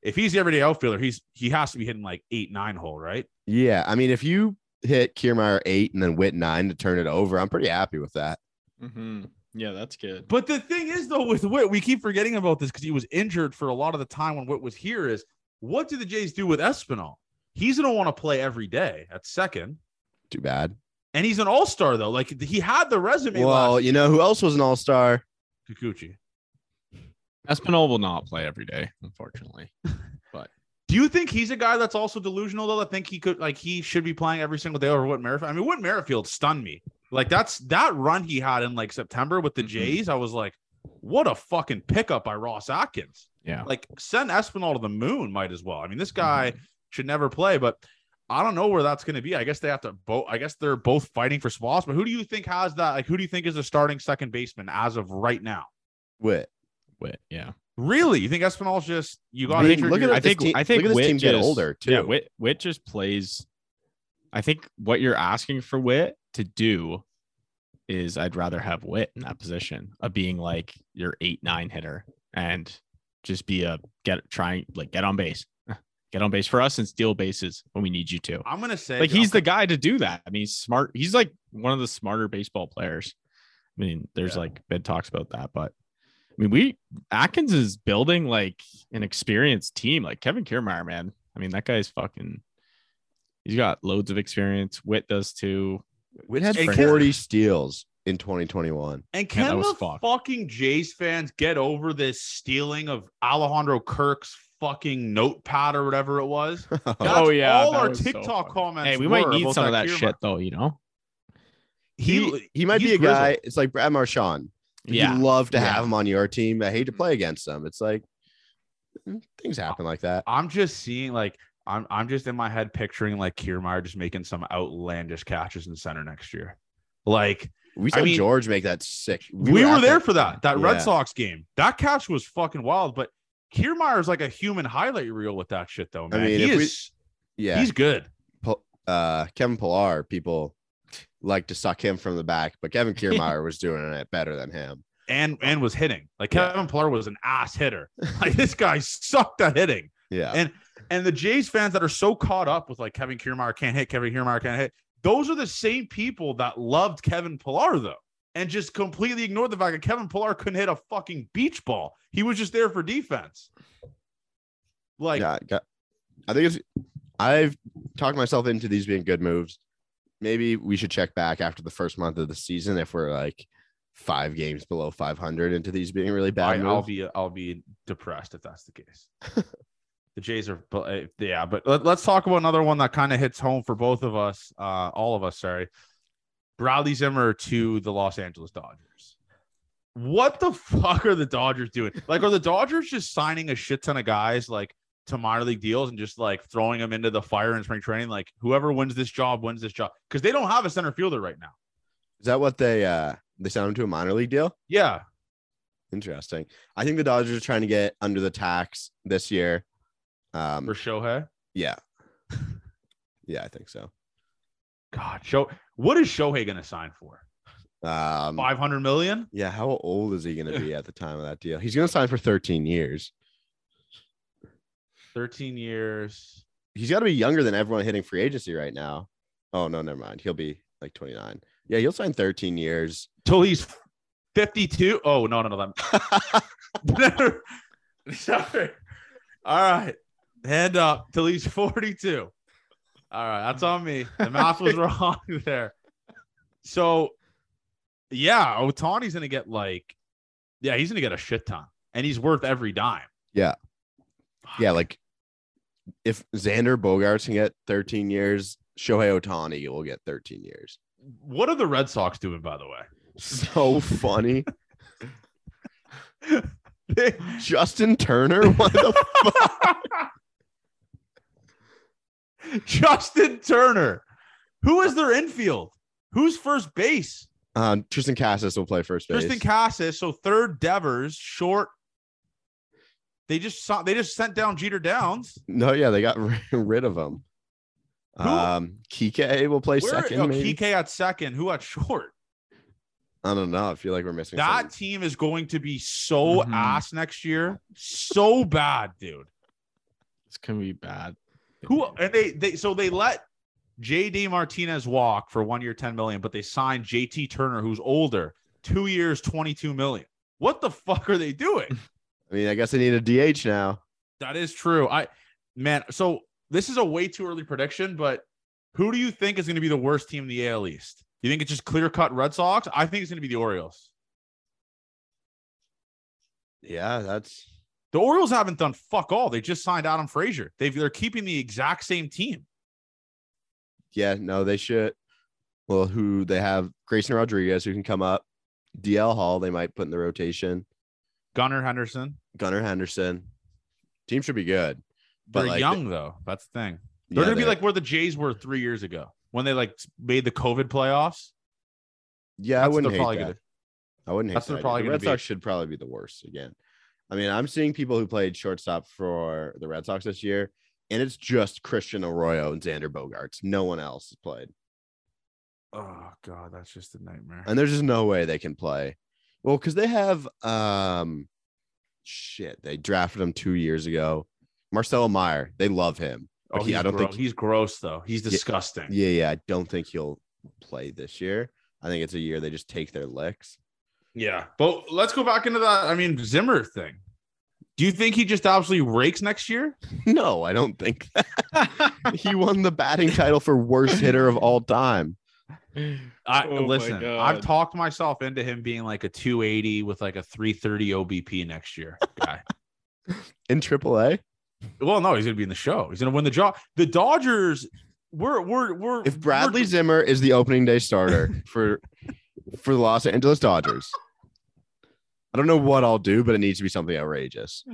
Speaker 1: if he's the everyday outfielder, he's he has to be hitting like eight nine hole, right?
Speaker 3: Yeah, I mean, if you hit Kiermaier eight and then Wit nine to turn it over. I'm pretty happy with that.
Speaker 2: Mhm. Yeah, that's good.
Speaker 1: But the thing is, though, with Witt, we keep forgetting about this because he was injured for a lot of the time when Witt was here. Is what do the Jays do with Espinal? He's gonna want to play every day at second,
Speaker 3: Too bad.
Speaker 1: and he's an All Star though. Like he had the resume.
Speaker 3: Well,
Speaker 1: last
Speaker 3: you know who else was an all star?
Speaker 1: Kikuchi.
Speaker 2: Espinal will not play every day, unfortunately.
Speaker 1: Do you think he's a guy that's also delusional though? I think he could like he should be playing every single day over Whit Merrifield. I mean, Whit Merrifield stunned me. Like that's that run he had in like September with the
Speaker 2: Mhm.
Speaker 1: Jays. I was like, what a fucking pickup by Ross Atkins.
Speaker 2: Yeah.
Speaker 1: Like send Espinal to the moon, might as well. I mean, this guy
Speaker 2: Mm-hmm.
Speaker 1: should never play, but I don't know where that's going to be. I guess they have to both. I guess they're both fighting for spots. But who do you think has that? Like, who do you think is the starting second baseman as of right now?
Speaker 3: Wit.
Speaker 2: Wit, yeah.
Speaker 1: Really, you think Espinal's just you got
Speaker 3: I mean,
Speaker 1: injured?
Speaker 3: look at
Speaker 1: you're-
Speaker 3: this
Speaker 2: I think
Speaker 3: team-
Speaker 2: I think
Speaker 3: look at this
Speaker 2: Witt
Speaker 3: team get
Speaker 2: just-
Speaker 3: older,
Speaker 2: Yeah,
Speaker 3: too.
Speaker 2: Witt, Witt just plays. I think what you're asking for Witt to do is I'd rather have Witt in that position of being like your eight nine hitter and just be a get trying like get on base, get on base for us and steal bases when we need you to.
Speaker 1: I'm going to say
Speaker 2: Like he's the guy to do that. I mean, he's smart. He's like one of the smarter baseball players. I mean, there's
Speaker 1: Yeah.
Speaker 2: like been talks about that, but I mean, we Atkins is building like an experienced team. Like Kevin Kiermaier, man. I mean, that guy's fucking. He's got loads of experience. Wit does too.
Speaker 3: Wit had
Speaker 1: Hey,
Speaker 3: 40 steals in 2021.
Speaker 1: And
Speaker 2: Man, that
Speaker 1: can
Speaker 2: was
Speaker 1: the
Speaker 2: fucked.
Speaker 1: fucking Jays fans get over this stealing of Alejandro Kirk's fucking notepad or whatever it was? That's
Speaker 2: Oh, yeah,
Speaker 1: all
Speaker 2: that
Speaker 1: our
Speaker 2: was so
Speaker 1: TikTok
Speaker 2: funny.
Speaker 1: comments.
Speaker 2: Hey, we might
Speaker 1: were
Speaker 2: need
Speaker 1: about
Speaker 2: some of that
Speaker 1: Kiermaier.
Speaker 2: shit though. You know?
Speaker 3: he, he might
Speaker 1: he's
Speaker 3: be a
Speaker 1: grizzled.
Speaker 3: guy. It's like Brad Marchand.
Speaker 2: Yeah.
Speaker 3: You'd love to
Speaker 2: Yeah.
Speaker 3: have him on your team. I
Speaker 1: Mm.
Speaker 3: hate to play against them. It's like mm, things happen like that.
Speaker 1: I'm just seeing like I'm I'm just in my head picturing like Kiermaier just making some outlandish catches in center next year. Like
Speaker 3: We
Speaker 1: I
Speaker 3: saw
Speaker 1: mean,
Speaker 3: George make that sick.
Speaker 1: we, were,
Speaker 3: at
Speaker 1: there
Speaker 3: that-
Speaker 1: for that that
Speaker 3: Yeah.
Speaker 1: Red Sox game. That catch was fucking wild, but Kiermaier's like a human highlight reel with that shit though, man.
Speaker 3: mean,
Speaker 1: he
Speaker 3: if we-
Speaker 1: is
Speaker 3: Yeah.
Speaker 1: he's good.
Speaker 3: uh, Kevin Pillar, people like to suck him from the back, but Kevin Kiermaier was doing it better than him.
Speaker 1: and and was hitting. Like
Speaker 3: Yeah.
Speaker 1: Kevin Pillar was an ass hitter. Like this guy sucked at hitting.
Speaker 3: Yeah.
Speaker 1: And the Jays fans that are so caught up with like Kevin Kiermaier can't hit, Kevin Kiermaier can't hit. Those are the same people that loved Kevin Pillar though, and just completely ignored the fact that Kevin Pillar couldn't hit a fucking beach ball. He was just there for defense. Like
Speaker 3: yeah, I got- I think it's, I've talked myself into these being good moves. Maybe we should check back after the first month of the season if we're like five games below 500 into these being really
Speaker 1: I,
Speaker 3: bad.
Speaker 1: will
Speaker 3: moves.
Speaker 1: be I'll be depressed if that's the case. the Jays are, but, uh, yeah. But let, us talk about another one that kind of hits home for both of us, uh, all of us. Sorry, Bradley Zimmer to the Los Angeles Dodgers. What the fuck are the Dodgers doing? Like, are the Dodgers just signing a shit ton of guys like to minor league deals and just like throwing them into the fire in spring training? Like, whoever wins this job wins this job because they don't have a center fielder right now.
Speaker 3: Is that what they uh they signed him to a minor league deal?
Speaker 1: Yeah,
Speaker 3: Interesting. I think the Dodgers are trying to get under the tax this year. Um
Speaker 1: for Shohei.
Speaker 3: yeah. yeah, I think so.
Speaker 1: God, show what is Shohei going to sign for?
Speaker 3: Um
Speaker 1: Five hundred million.
Speaker 3: yeah, how old is he gonna be at the time of that deal? He's gonna sign for 13 years.
Speaker 1: 13 years.
Speaker 3: He's gotta be younger than everyone hitting free agency right now. Oh no, never mind. He'll be like 29. Yeah, he'll sign 13 years.
Speaker 1: Till he's 52. Oh, no, no, no. That... Sorry. All right. Hand up till he's 42. All right. That's on me. The math was wrong there. So, yeah, Otani's going to get like, yeah, he's going to get a shit ton and he's worth every dime.
Speaker 3: Yeah. Yeah, like if Xander Bogarts can get 13 years, Shohei Otani will get 13 years.
Speaker 1: What are the Red Sox doing, by the way?
Speaker 3: So funny.
Speaker 1: They-
Speaker 3: Justin Turner? What the
Speaker 1: Justin Turner. Who is their infield? Who's first base?
Speaker 3: um, Tristan Cassis will play first base.
Speaker 1: Tristan Casas. So third Devers, short. They just saw, they just sent down Jeter Downs.
Speaker 3: no, yeah, they got ri- rid of him.
Speaker 1: Who-
Speaker 3: Um, Kike will play
Speaker 1: Where,
Speaker 3: second.
Speaker 1: oh,
Speaker 3: maybe?
Speaker 1: Kike at second. Who at short?
Speaker 3: I don't know. I feel like we're missing
Speaker 1: That
Speaker 3: someone.
Speaker 1: team is going to be so
Speaker 3: Mm-hmm.
Speaker 2: Mhm.
Speaker 1: ass next year. So bad, dude.
Speaker 2: It's gonna be bad.
Speaker 1: Who and they they so they let JD Martinez walk for one year, 10 million, but they signed JT Turner, who's older, two years, 22 million. What the fuck are they doing?
Speaker 3: I mean, I guess they need a DH now.
Speaker 1: that is true. I, man, so this is a way too early prediction, but who do you think is going to be the worst team in the AL East? You think it's just clear cut Red Sox? I think it's going to be the Orioles.
Speaker 3: Yeah, that's
Speaker 1: The Orioles haven't done fuck all. They just signed Adam Frazier. They've, they're keeping the exact same team.
Speaker 3: yeah, no, they should. Well, who they have Grayson Rodriguez who can come up. DL Hall, they might put in the rotation.
Speaker 1: Gunnar Henderson.
Speaker 3: Gunnar Henderson. Team should be good. But,
Speaker 1: They're
Speaker 3: like,
Speaker 1: young though. That's the thing. They're
Speaker 3: Yeah,
Speaker 1: gonna be like where the Jays were three years ago when they like made the COVID playoffs.
Speaker 3: yeah, I
Speaker 1: that's
Speaker 3: wouldn't
Speaker 1: they're
Speaker 3: hate
Speaker 1: probably
Speaker 3: that.
Speaker 1: gonna-
Speaker 3: I wouldn't hate
Speaker 1: that's
Speaker 3: that.
Speaker 1: what
Speaker 3: either.
Speaker 1: they're probably
Speaker 3: the
Speaker 1: gonna
Speaker 3: Red
Speaker 1: be.
Speaker 3: Sox should probably be the worst again. I mean, I'm seeing people who played shortstop for the Red Sox this year, and it's just Christian Arroyo and Xander Bogarts. No one else has played.
Speaker 1: Oh god, that's just a nightmare.
Speaker 3: and there's just no way they can play. Well, because they have um, shit. They drafted him two years ago. Marcelo Meyer, they love him.
Speaker 1: Oh,
Speaker 3: he-
Speaker 1: he's
Speaker 3: I don't
Speaker 1: gro-
Speaker 3: think-
Speaker 1: he's gross though. He's disgusting.
Speaker 3: Yeah, yeah. I don't think he'll play this year. I think it's a year they just take their licks.
Speaker 1: Yeah. But let's go back into that. I mean, Zimmer thing. Do you think he just absolutely rakes next year?
Speaker 3: No, I don't think that. he won the batting title for worst hitter of all time.
Speaker 1: I
Speaker 2: Oh my
Speaker 1: listen,
Speaker 2: God.
Speaker 1: I've talked myself into him being like a 280 with like a 330 OBP next year guy.
Speaker 3: In AAA,
Speaker 1: well, no, he's gonna be in the show. He's gonna win the job. The Dodgers, we're we're we're
Speaker 3: if
Speaker 1: we're-
Speaker 3: Bradley Zimmer is the opening day starter for for the Los Angeles Dodgers, I don't know what I'll do, but it needs to be something outrageous.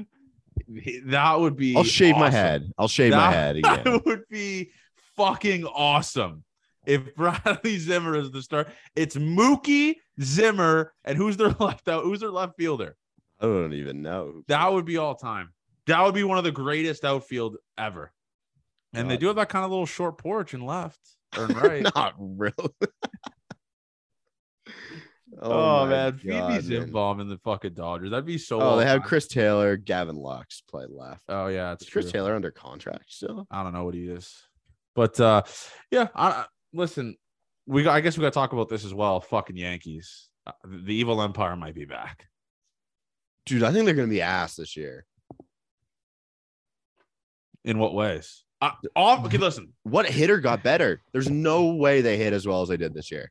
Speaker 1: That would be.
Speaker 3: I'll shave my
Speaker 1: awesome.
Speaker 3: head. I'll shave
Speaker 1: That-
Speaker 3: my head again.
Speaker 1: That would be fucking awesome if Bradley Zimmer is the star. It's Mookie Zimmer, and who's their left out? Who's their left fielder?
Speaker 3: I don't even know.
Speaker 1: That would be all time. That would be one of the greatest outfield ever. And they
Speaker 3: God.
Speaker 1: do have that kind of little short porch and left or in right.
Speaker 3: Not really.
Speaker 1: oh,
Speaker 3: my
Speaker 1: man, feed
Speaker 3: God,
Speaker 1: me
Speaker 3: Oh, man.
Speaker 1: Zimbaum and the fucking Dodgers. That'd be so.
Speaker 3: Oh, they have
Speaker 1: all-time.
Speaker 3: Chris Taylor, Gavin Lux play left.
Speaker 1: Oh yeah, it's
Speaker 3: Is Chris
Speaker 1: true.
Speaker 3: Taylor under contract still?
Speaker 1: I don't know what he is, but uh, yeah. I, I- listen, we got, I guess we got to talk about this as well. Fucking Yankees, uh, the evil empire might be back.
Speaker 3: Dude, I think they're gonna be ass this year.
Speaker 1: In what ways? Uh, all, okay, listen,
Speaker 3: What hitter got better? There's no way they hit as well as they did this year.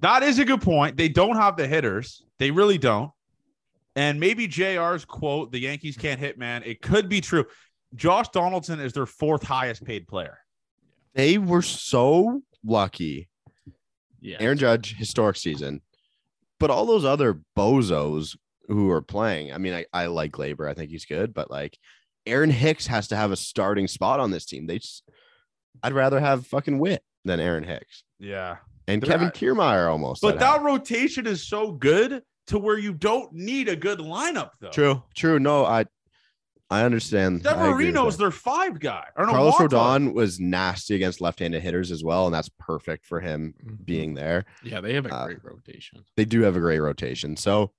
Speaker 1: that is a good point. They don't have the hitters. They really don't. And maybe Jr's quote, "The Yankees can't hit, man." It could be true. Josh Donaldson is their fourth highest paid player.
Speaker 3: They were so lucky.
Speaker 2: yeah.
Speaker 3: Aaron Judge, historic season. But all those other bozos who are playing, I mean, I, I like Glaber. I think he's good, but like Aaron Hicks has to have a starting spot on this team. They just, I'd rather have fucking wit than Aaron Hicks
Speaker 1: Yeah,
Speaker 3: and
Speaker 1: They're
Speaker 3: Kevin
Speaker 1: not-
Speaker 3: Kiermaier almost.
Speaker 1: but
Speaker 3: I'd
Speaker 1: that
Speaker 3: have.
Speaker 1: rotation is so good to where you don't need a good lineup though.
Speaker 3: true, true. No, I, I understand. I agree with
Speaker 1: Deverino's
Speaker 3: that.
Speaker 1: their five guy. Or no,
Speaker 3: Carlos
Speaker 1: Monta-
Speaker 3: Rodon was nasty against left-handed hitters as well, and that's perfect for him being there.
Speaker 2: yeah, they have a
Speaker 3: uh,
Speaker 2: great rotation.
Speaker 3: they do have a great rotation. So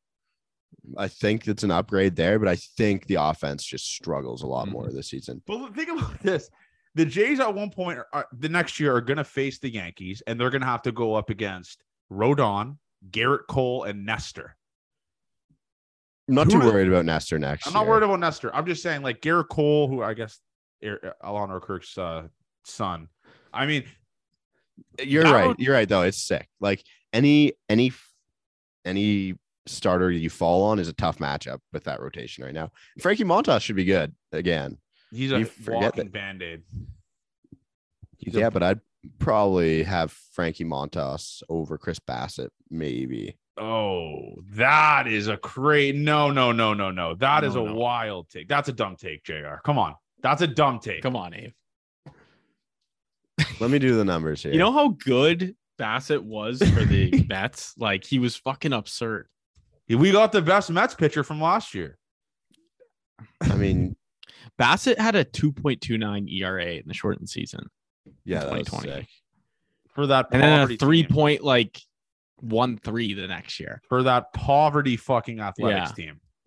Speaker 3: I think it's an upgrade there, but I think the offense just struggles a lot
Speaker 2: Mhm.
Speaker 1: Mm-hmm.
Speaker 3: more this season.
Speaker 1: But think about this: the Jays at one point are, are- the next year are going to face the Yankees, and they're going to have to go up against Rodon, Garrett Cole, and Nestor.
Speaker 3: I'm not
Speaker 1: Who
Speaker 3: too
Speaker 1: do-
Speaker 3: worried about Nestor next.
Speaker 1: I'm not
Speaker 3: year.
Speaker 1: worried about Nestor. I'm just saying, like Garrett Cole, who I guess Er- Alonzo Kirk's uh, son. I mean,
Speaker 3: You're
Speaker 1: I
Speaker 3: right.
Speaker 1: don't-
Speaker 3: You're right though. It's sick. Like any any any starter you fall on is a tough matchup with that rotation right now. Frankie Montas should be good again.
Speaker 1: he's a
Speaker 3: You forget
Speaker 1: walking band aid.
Speaker 3: yeah, but I'd probably have Frankie Montas over Chris Bassett maybe.
Speaker 1: Oh, that is a crazy. No, no, no, no, no. That is
Speaker 2: No,
Speaker 1: a
Speaker 2: no.
Speaker 1: wild take. That's a dumb take, JR. Come on. That's a dumb take.
Speaker 2: Come on, Abe.
Speaker 3: Let me do the numbers here.
Speaker 2: You know how good Bassett was for the Mets? Like he was fucking absurd.
Speaker 1: We got the best Mets pitcher from last year.
Speaker 3: I mean,
Speaker 2: Bassett had a 2.29 ERA E in the shortened season,
Speaker 3: yeah, that was
Speaker 2: 2020.
Speaker 3: sick.
Speaker 1: For that
Speaker 2: and then
Speaker 1: poverty
Speaker 2: a three
Speaker 1: team.
Speaker 2: point like one three the next year.
Speaker 1: for that poverty fucking athletics
Speaker 2: Yeah.
Speaker 1: team.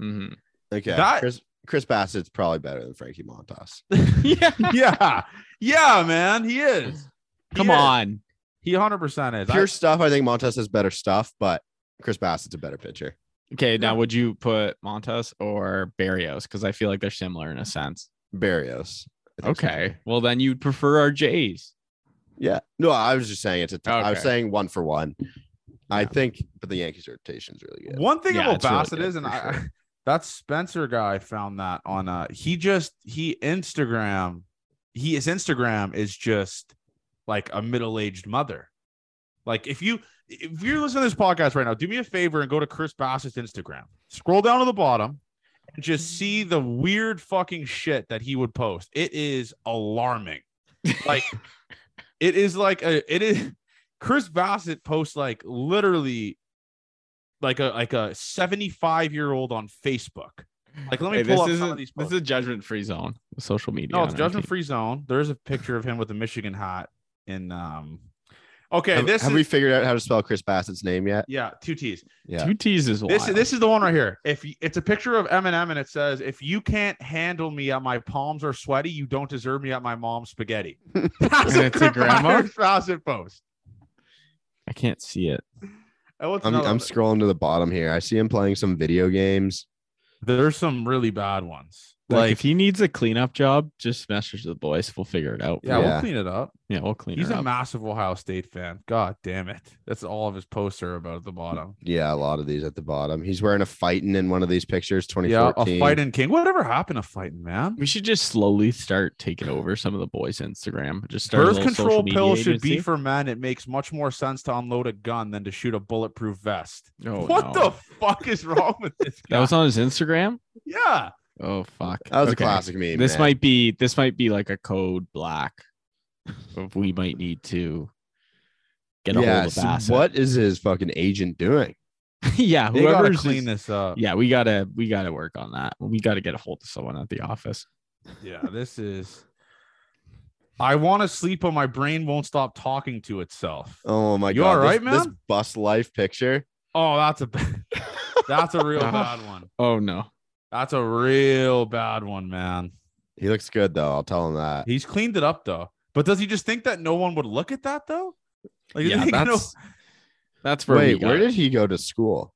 Speaker 2: Mhm.
Speaker 3: Okay.
Speaker 1: That-
Speaker 3: Chris Chris Bassett's probably better than Frankie Montas.
Speaker 2: yeah,
Speaker 1: Yeah. Yeah, man. He is.
Speaker 2: Come
Speaker 1: He is.
Speaker 2: on.
Speaker 1: He 100% is. I-
Speaker 3: Pure stuff. I think Montes has better stuff, but Chris Bassett's a better pitcher.
Speaker 2: Okay, now
Speaker 1: Yeah.
Speaker 2: would you put Montes or Barrios? Because I feel like they're similar in a sense.
Speaker 3: Barrios. I think so.
Speaker 2: Okay. Well, then you'd prefer our Jays.
Speaker 3: Yeah. No, I was just saying it's a. T- I was
Speaker 2: Okay.
Speaker 3: saying one for one. I
Speaker 2: Yeah.
Speaker 3: think, but the Yankees rotation is really good.
Speaker 1: One thing
Speaker 2: Yeah,
Speaker 1: about
Speaker 2: it's really
Speaker 1: Bassett
Speaker 2: good,
Speaker 1: is, and
Speaker 2: for
Speaker 1: I, that Spencer guy found that on uh he just he Instagram he his Instagram is just like a middle-aged mother. Like if you if you're listening to this podcast right now, do me a favor and go to Chris Bassett's Instagram. Scroll down to the bottom and
Speaker 3: Mm-hmm.
Speaker 1: just see the weird fucking shit that he would post. It is alarming. Like it is like a it is Chris Bassett posts like literally like a like a 75 year old on Facebook. Like let me
Speaker 2: Hey,
Speaker 1: pull
Speaker 2: this
Speaker 1: up
Speaker 2: is
Speaker 1: some of these
Speaker 2: this
Speaker 1: posts.
Speaker 2: is a judgment free zone. with Social media.
Speaker 1: no, it's
Speaker 2: on our
Speaker 1: judgment
Speaker 2: team.
Speaker 1: free zone. There's a picture of him with a Michigan hat in um Okay,
Speaker 3: have,
Speaker 1: this
Speaker 3: have
Speaker 1: is
Speaker 3: we figured out how to spell Chris Bassett's name yet?
Speaker 1: yeah, two T's.
Speaker 3: Yeah.
Speaker 2: Two T's is
Speaker 1: This
Speaker 2: wild.
Speaker 1: this is the one right here. If y- it's a picture of Eminem and it says, "If you can't handle me at my palms are sweaty, you don't deserve me at my mom's spaghetti." That's
Speaker 2: And it's a
Speaker 1: Chris
Speaker 2: grandma?
Speaker 1: Myers Fawcett post.
Speaker 2: I can't see it.
Speaker 1: And what's
Speaker 3: I'm,
Speaker 1: another
Speaker 3: I'm
Speaker 1: one?
Speaker 3: scrolling to the bottom here. I see him playing some video games.
Speaker 1: There's some really bad ones.
Speaker 2: Like,
Speaker 1: Like,
Speaker 2: if he needs a cleanup job, just message the boys. We'll figure it out.
Speaker 1: yeah,
Speaker 3: Yeah.
Speaker 1: we'll clean it up.
Speaker 2: yeah, we'll clean
Speaker 1: He's
Speaker 2: it
Speaker 1: a
Speaker 2: up.
Speaker 1: massive Ohio State fan. God damn it. That's all of his posts are about at the bottom.
Speaker 3: Yeah, a lot of these at the bottom. He's wearing a fighting in one of these pictures.
Speaker 1: Yeah,
Speaker 3: 2014.
Speaker 1: a fighting king. Whatever happened to fighting, man?
Speaker 2: we should just slowly start taking over some of the boys' Instagram. Just start. a
Speaker 1: Birth
Speaker 2: little social
Speaker 1: control
Speaker 2: media
Speaker 1: pills should
Speaker 2: agency.
Speaker 1: be for men. It makes much more sense to unload a gun than to shoot a bulletproof vest.
Speaker 2: Oh,
Speaker 1: what
Speaker 2: no.
Speaker 1: the fuck is wrong with this guy?
Speaker 2: That was on his Instagram.
Speaker 1: yeah.
Speaker 2: Oh fuck.
Speaker 3: That was a
Speaker 2: Okay.
Speaker 3: classic meme.
Speaker 2: This
Speaker 3: man.
Speaker 2: might be this might be like a code black. of we might need to get a hold of
Speaker 3: so
Speaker 2: Bassett.
Speaker 3: What is his fucking agent doing?
Speaker 2: yeah,
Speaker 1: They gotta
Speaker 2: whoever's
Speaker 1: clean
Speaker 2: just-
Speaker 1: this up.
Speaker 2: Yeah, we gotta we gotta work on that. We gotta get a hold of someone at the office.
Speaker 1: Yeah, this is. I want to sleep, but my brain won't stop talking to itself.
Speaker 3: Oh my
Speaker 1: You
Speaker 3: god!
Speaker 1: all
Speaker 3: this-
Speaker 1: right,
Speaker 3: This
Speaker 1: man?
Speaker 3: bus life picture.
Speaker 1: Oh, that's a that's a real bad one.
Speaker 2: Oh no.
Speaker 1: That's a real bad one, man.
Speaker 3: He looks good though. I'll tell him that.
Speaker 1: He's cleaned it up though. But does he just think that no one would look at that though? Like, you
Speaker 2: yeah,
Speaker 1: think no-
Speaker 2: that's that's where
Speaker 3: Wait,
Speaker 2: we
Speaker 3: where
Speaker 2: got-
Speaker 3: did he go to school?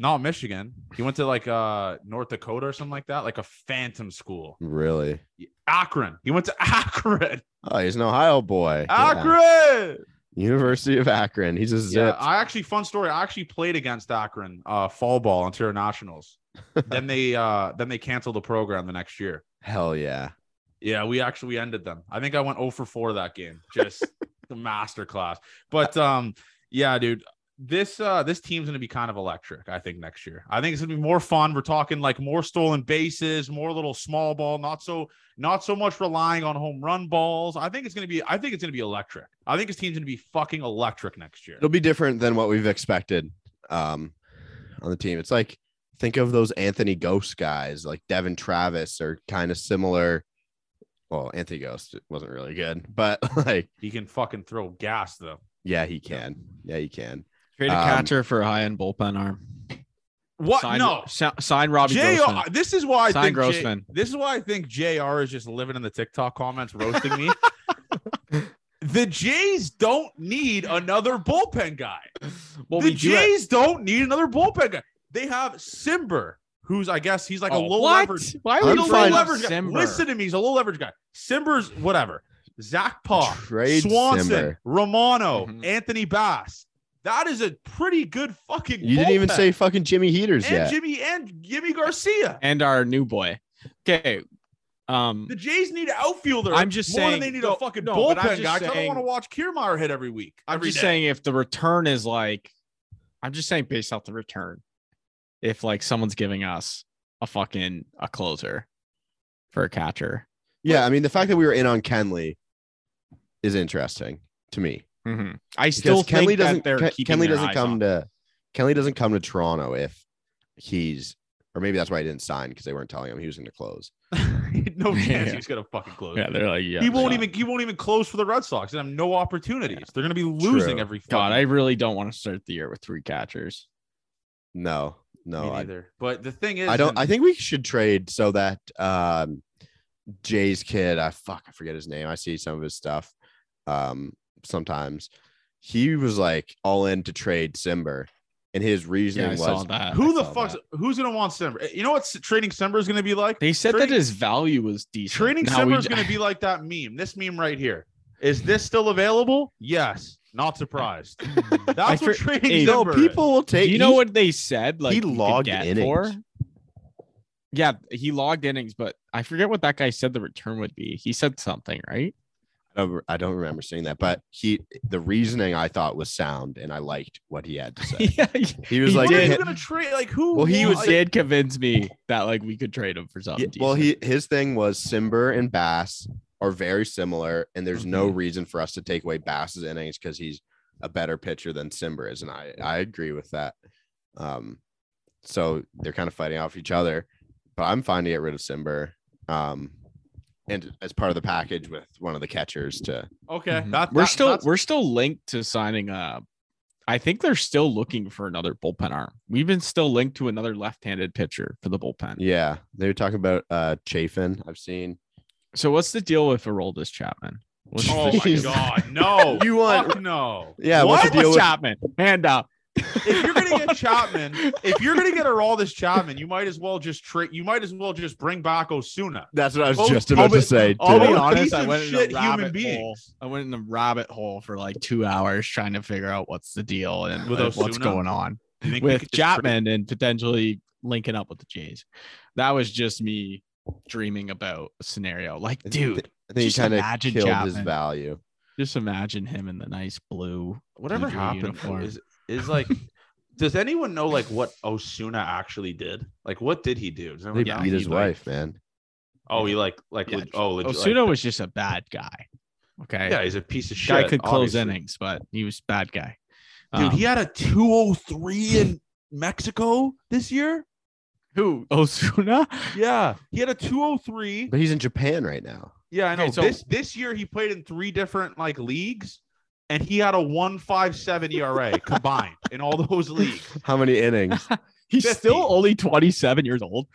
Speaker 1: not Michigan. He went to like uh North Dakota or something like that, like a phantom school.
Speaker 3: Really?
Speaker 1: Akron. He went to Akron.
Speaker 3: Oh, he's an Ohio boy. Yeah.
Speaker 1: Akron.
Speaker 3: University of Akron. He's a
Speaker 1: Yeah,
Speaker 3: zip.
Speaker 1: I actually fun story. I actually played against Akron uh fall ball Ontario Nationals. then they uh then they canceled the program the next year.
Speaker 3: Hell yeah.
Speaker 1: Yeah, we actually we ended them. I think I went 0 for 4 that game. Just the masterclass. But um yeah, dude, this uh this team's going to be kind of electric I think next year. I think it's going to be more fun. We're talking like more stolen bases, more little small ball, not so not so much relying on home run balls. I think it's going to be I think it's going to be electric. I think his team's going to be fucking electric next year.
Speaker 3: It'll be different than what we've expected um, on the team. It's like think of those Anthony Ghost guys, like Devin Travis, are kind of similar. Well, Anthony Ghost wasn't really good, but like,
Speaker 1: He can fucking throw gas though.
Speaker 3: yeah, he can. Yeah, he can.
Speaker 2: trade a
Speaker 3: um,
Speaker 2: catcher for a high end bullpen arm?
Speaker 1: What?
Speaker 2: Sign,
Speaker 1: no.
Speaker 2: si- sign Robbie Grossman.
Speaker 1: JR, this is why I
Speaker 2: Sign
Speaker 1: think J-
Speaker 2: Grossman.
Speaker 1: this is why I think JR is just living in the TikTok comments roasting me. the Jays don't need another bullpen guy.
Speaker 2: Well,
Speaker 1: the
Speaker 2: we do. have-
Speaker 1: Jays don't need another bullpen guy. They have Simber, who's I guess he's like a
Speaker 2: Oh,
Speaker 1: low
Speaker 2: what?
Speaker 1: leverage.
Speaker 2: Why
Speaker 1: He's
Speaker 2: would
Speaker 1: a
Speaker 2: you
Speaker 3: I'm
Speaker 1: low
Speaker 3: fine.
Speaker 2: sign
Speaker 1: leverage guy.
Speaker 2: Simber?
Speaker 1: Listen to me, he's a low leverage guy. Simber's whatever. Zach Paw,
Speaker 3: Trade
Speaker 1: Swanson,
Speaker 3: Simber.
Speaker 1: Romano,
Speaker 2: Mhm.
Speaker 1: Anthony Bass. That is a pretty good fucking.
Speaker 3: You didn't even
Speaker 1: bullpen.
Speaker 3: say fucking Jimmy Heaters
Speaker 1: and
Speaker 3: yet.
Speaker 1: Jimmy and Jimmy Garcia.
Speaker 2: and our new boy. Okay. Um
Speaker 1: The Jays need an outfielder.
Speaker 2: I'm just
Speaker 1: more
Speaker 2: saying-
Speaker 1: than they need
Speaker 2: no,
Speaker 1: a fucking
Speaker 2: no,
Speaker 1: bullpen
Speaker 2: but I'm just
Speaker 1: guy. 'cause I don't
Speaker 2: saying-
Speaker 1: want to watch Kiermaier hit every week.
Speaker 2: I'm
Speaker 1: every
Speaker 2: just
Speaker 1: day.
Speaker 2: saying if the return is like I'm just saying based off the return. If like someone's giving us a fucking a closer for a catcher.
Speaker 3: Yeah, I mean the fact that we were in on Kenley is interesting to me.
Speaker 1: Mm-hmm.
Speaker 2: I still
Speaker 3: Because
Speaker 2: think
Speaker 3: Kenley
Speaker 2: that
Speaker 3: doesn't
Speaker 2: they're
Speaker 3: Ken-
Speaker 2: keeping
Speaker 3: Kenley
Speaker 2: their
Speaker 3: doesn't
Speaker 2: eyes
Speaker 3: come
Speaker 2: on-
Speaker 3: to Kenley doesn't come to Toronto if he's or maybe that's why he didn't sign because they weren't telling him he was going to close.
Speaker 1: no chance
Speaker 2: Yeah.
Speaker 1: he's gonna fucking close.
Speaker 2: Yeah, they're like yeah.
Speaker 1: he won't
Speaker 2: shut
Speaker 1: even
Speaker 2: up.
Speaker 1: he won't even close for the Red Sox. They have no opportunities. They're gonna be losing
Speaker 3: True.
Speaker 1: every
Speaker 2: God, I
Speaker 1: fucking-
Speaker 2: really don't want to start the year with three catchers.
Speaker 3: No, no,
Speaker 1: me
Speaker 3: I,
Speaker 1: neither. But the thing is,
Speaker 3: I don't.
Speaker 1: and
Speaker 3: I think we should trade so that um, Jay's kid, I fuck, I forget his name. I see some of his stuff. Um, sometimes. He was like all in to trade Simber, and his
Speaker 2: Yeah,
Speaker 3: reasoning
Speaker 2: I
Speaker 3: was
Speaker 2: saw that.
Speaker 1: Who
Speaker 3: I
Speaker 1: the
Speaker 3: saw
Speaker 1: fuck's
Speaker 3: that.
Speaker 1: who's gonna want Simber? You know what s- trading Simber is gonna be like?
Speaker 2: They said
Speaker 1: Trading-
Speaker 2: that his value was decent.
Speaker 1: Trading
Speaker 2: Now we
Speaker 1: Simber is
Speaker 2: j-
Speaker 1: gonna be like that meme. This meme right here. Is this still available? Yes. Not surprised. That's
Speaker 2: for-
Speaker 1: what trading
Speaker 2: Hey,
Speaker 3: no
Speaker 1: Simber is.
Speaker 3: people will take.
Speaker 2: Do you know what they said? Like
Speaker 3: he
Speaker 2: you could
Speaker 3: logged
Speaker 2: get
Speaker 3: innings.
Speaker 2: for? Yeah, he logged innings, but I forget what that guy said the return would be. He said something, right?
Speaker 3: I don't- I don't remember seeing that, but he the reasoning I thought was sound, and I liked what he had to say.
Speaker 2: yeah,
Speaker 3: He was
Speaker 2: He
Speaker 3: like,
Speaker 1: what are you
Speaker 2: did.
Speaker 1: gonna trade? Like who?
Speaker 3: Well, he
Speaker 2: he
Speaker 1: wa-
Speaker 3: was-
Speaker 1: like,
Speaker 2: did convince me that like we could trade him for
Speaker 3: Yeah,
Speaker 2: something.
Speaker 3: well,
Speaker 2: decent.
Speaker 3: he his thing was Simber and Bass are very similar, and there's no reason for us to take away Bass's innings because he's a better pitcher than Simber is, and I I agree with that. Um, so they're kind of fighting off each other, but I'm fine to get rid of Simber, um, and as part of the package with one of the catchers to
Speaker 1: okay.
Speaker 2: Mhm.
Speaker 1: that-
Speaker 2: we're
Speaker 1: that-
Speaker 2: still
Speaker 1: that's-
Speaker 2: we're still linked to signing uh I think they're still looking for another bullpen arm. We've been still linked to another left-handed pitcher for the bullpen.
Speaker 3: yeah they were talking about uh Chafin I've seen
Speaker 2: So what's the deal with Aroldis Chapman? What's
Speaker 1: Oh
Speaker 2: the-
Speaker 1: my
Speaker 3: Jeez.
Speaker 1: god, no!
Speaker 3: You want-
Speaker 1: Fuck no?
Speaker 3: yeah
Speaker 2: What's
Speaker 3: what's the
Speaker 2: with
Speaker 3: deal with
Speaker 2: Chapman? Hand up.
Speaker 1: If you're gonna get Chapman, if you're gonna get Aroldis Chapman, you might as well just trade. You might as well just bring back Osuna.
Speaker 3: that's what I was
Speaker 1: Oh,
Speaker 3: just about
Speaker 2: oh,
Speaker 3: to say
Speaker 2: I'll
Speaker 1: What
Speaker 2: be
Speaker 1: a
Speaker 3: too.
Speaker 2: honest,
Speaker 1: piece
Speaker 2: I
Speaker 1: of
Speaker 2: went in a
Speaker 1: shit human
Speaker 2: rabbit hole.
Speaker 1: beings.
Speaker 2: I went in a rabbit hole for like two hours trying to figure out what's the deal and
Speaker 1: With
Speaker 2: like, what's
Speaker 1: Osuna?
Speaker 2: going on
Speaker 1: You think we
Speaker 2: with
Speaker 1: could just trade-
Speaker 2: Chapman and potentially linking up with the Jays. That was just me dreaming about a scenario. Like, dude,
Speaker 3: I think he
Speaker 2: just
Speaker 3: kind of
Speaker 2: imagine
Speaker 3: killed his
Speaker 2: Chapman.
Speaker 3: value.
Speaker 2: just imagine him in the nice blue.
Speaker 1: Whatever
Speaker 2: blue
Speaker 1: happened
Speaker 2: uniform.
Speaker 1: is is like. Does anyone know like what Osuna actually did? Like, what did he do? Does
Speaker 3: They
Speaker 1: anyone
Speaker 2: Yeah,
Speaker 1: know?
Speaker 3: beat
Speaker 2: he,
Speaker 3: his
Speaker 2: like-
Speaker 3: wife, man.
Speaker 1: Oh, he like like
Speaker 2: Yeah,
Speaker 1: leg- oh legit,
Speaker 2: Osuna
Speaker 1: like,
Speaker 2: was just a bad guy. Okay.
Speaker 1: yeah, he's a piece of shit.
Speaker 2: guy could close
Speaker 1: obviously.
Speaker 2: innings, but he was bad guy.
Speaker 1: dude.
Speaker 2: Um,
Speaker 1: he had a two oh three in Mexico this year.
Speaker 2: who Osuna?
Speaker 1: Yeah, he had a two oh three.
Speaker 3: But he's in Japan right now.
Speaker 1: Yeah, I know.
Speaker 2: Okay, so-
Speaker 1: this this year he played in three different like leagues, and he had a one five seven ERA combined in all those leagues.
Speaker 3: How many innings?
Speaker 2: He's
Speaker 1: 50.
Speaker 2: still only 27 years old.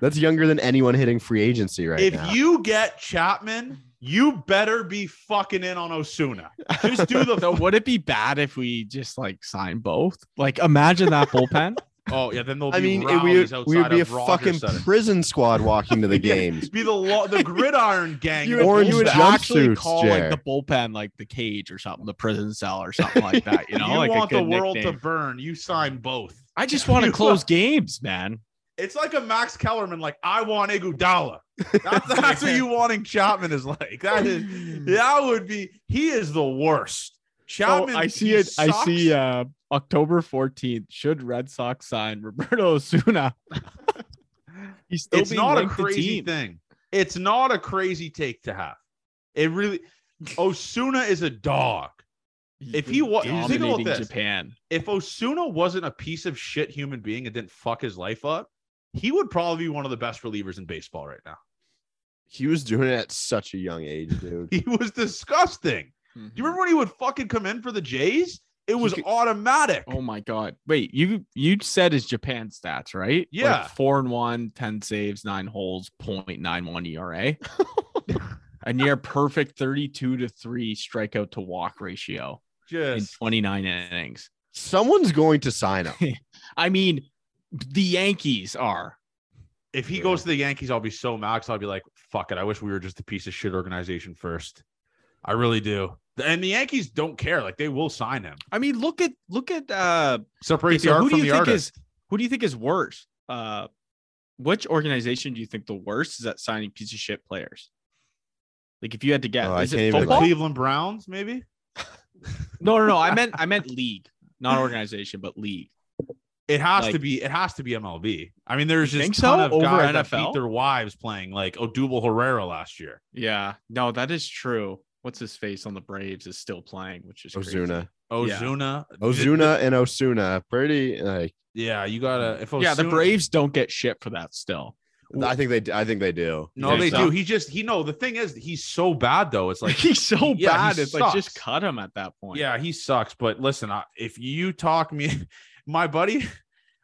Speaker 3: That's younger than anyone hitting free agency right
Speaker 1: if
Speaker 3: now.
Speaker 1: you get Chapman, you better be fucking in on Osuna. Just do the.
Speaker 2: So would it be bad if we just like sign both? Like imagine that bullpen.
Speaker 1: oh yeah, then they'll be.
Speaker 3: I mean, it, we,
Speaker 1: rowdies
Speaker 3: would-
Speaker 1: outside
Speaker 3: we would be a
Speaker 1: of Rogers
Speaker 3: fucking
Speaker 1: Center.
Speaker 3: prison squad walking to the
Speaker 1: Yeah.
Speaker 3: games.
Speaker 1: Be the law, the gridiron gang.
Speaker 3: You
Speaker 1: of
Speaker 3: Orange
Speaker 2: you would
Speaker 1: bullpen.
Speaker 2: actually
Speaker 3: jumpsuits,
Speaker 2: call
Speaker 3: Jer.
Speaker 2: like the bullpen like the cage or something, the prison cell or something like that. You know,
Speaker 1: you
Speaker 2: like a
Speaker 1: want the
Speaker 2: good
Speaker 1: world
Speaker 2: nickname.
Speaker 1: to burn. You sign both.
Speaker 2: I just want to
Speaker 1: You-
Speaker 2: close games, man.
Speaker 1: It's like a Max Kellerman, like I want Iguodala. That's, that's what you wanting Chapman is like.
Speaker 2: Oh,
Speaker 1: That is that would be he is the worst. Chapman,
Speaker 2: Mm-hmm. Oh, I see
Speaker 1: he
Speaker 2: it. I
Speaker 1: sucks.
Speaker 2: see uh, October 14th. Should Red Sox sign Roberto Osuna? He's still
Speaker 1: It's
Speaker 2: being
Speaker 1: not a
Speaker 2: linked to
Speaker 1: crazy
Speaker 2: team.
Speaker 1: thing. It's not a crazy take to have. It really. Osuna is a dog. If he wa- think about
Speaker 2: Dominating
Speaker 1: this.
Speaker 2: Japan,
Speaker 1: If Osuna wasn't a piece of shit human being and didn't fuck his life up, he would probably be one of the best relievers in baseball right now.
Speaker 3: He was doing it at such a young age, dude.
Speaker 1: He was disgusting. Do you remember when he would fucking come in for the Jays? It was
Speaker 2: could-
Speaker 1: automatic.
Speaker 2: Oh my god. Wait, you you said his Japan stats, right?
Speaker 1: Yeah.
Speaker 2: Like four and one, 10 saves, nine holes, 0.91 ERA. E A near perfect 32 to 3 strikeout to walk ratio in
Speaker 1: Just
Speaker 2: 29 innings.
Speaker 3: Someone's going to sign him.
Speaker 2: I mean, the Yankees are.
Speaker 1: if he
Speaker 3: Yeah.
Speaker 1: goes to the Yankees, I'll be so mad. 'cause I'll be like, fuck it. I wish we were just a piece of shit organization first. I really do. And the Yankees don't care. Like they will sign him.
Speaker 2: I mean, look at look at uh
Speaker 1: Separate
Speaker 2: Okay,
Speaker 1: the
Speaker 2: so
Speaker 1: art
Speaker 2: who do
Speaker 1: from
Speaker 2: you
Speaker 1: the
Speaker 2: think
Speaker 1: artist.
Speaker 2: is who do you think is worse? Uh which organization do you think the worst is at signing piece of shit players? Like if you had to guess,
Speaker 3: Oh, I
Speaker 2: is
Speaker 3: can't
Speaker 2: it
Speaker 3: even-
Speaker 1: the
Speaker 2: football?
Speaker 1: Cleveland Browns, maybe.
Speaker 2: No, no, no. I meant I meant league, not organization, but league.
Speaker 1: It has
Speaker 2: Like-
Speaker 1: to be. It has to be MLB. I mean, there's
Speaker 2: You
Speaker 1: just
Speaker 2: think
Speaker 1: ton
Speaker 2: so?
Speaker 1: of
Speaker 2: Over
Speaker 1: guys that
Speaker 2: NFL?
Speaker 1: beat their wives playing like Odubel Herrera last year.
Speaker 2: Yeah. No, that is true. What's his face on the Braves is still playing, which is crazy.
Speaker 3: Ozuna.
Speaker 1: Ozuna.
Speaker 3: Ozuna and Osuna. Pretty like
Speaker 1: Yeah, you gotta. If Oh, Ozuna,
Speaker 2: Yeah, the Braves don't get shit for that still.
Speaker 3: I think they I think they do.
Speaker 1: No,
Speaker 2: think
Speaker 1: they
Speaker 2: so?
Speaker 1: do. He just. He no. The thing is, he's so bad though. It's like
Speaker 2: Like he's so
Speaker 1: Yeah,
Speaker 2: bad.
Speaker 1: he
Speaker 2: it's like just
Speaker 1: sucks.
Speaker 2: cut him at that point.
Speaker 1: Yeah, he sucks. But listen, I, if you talk me, my buddy,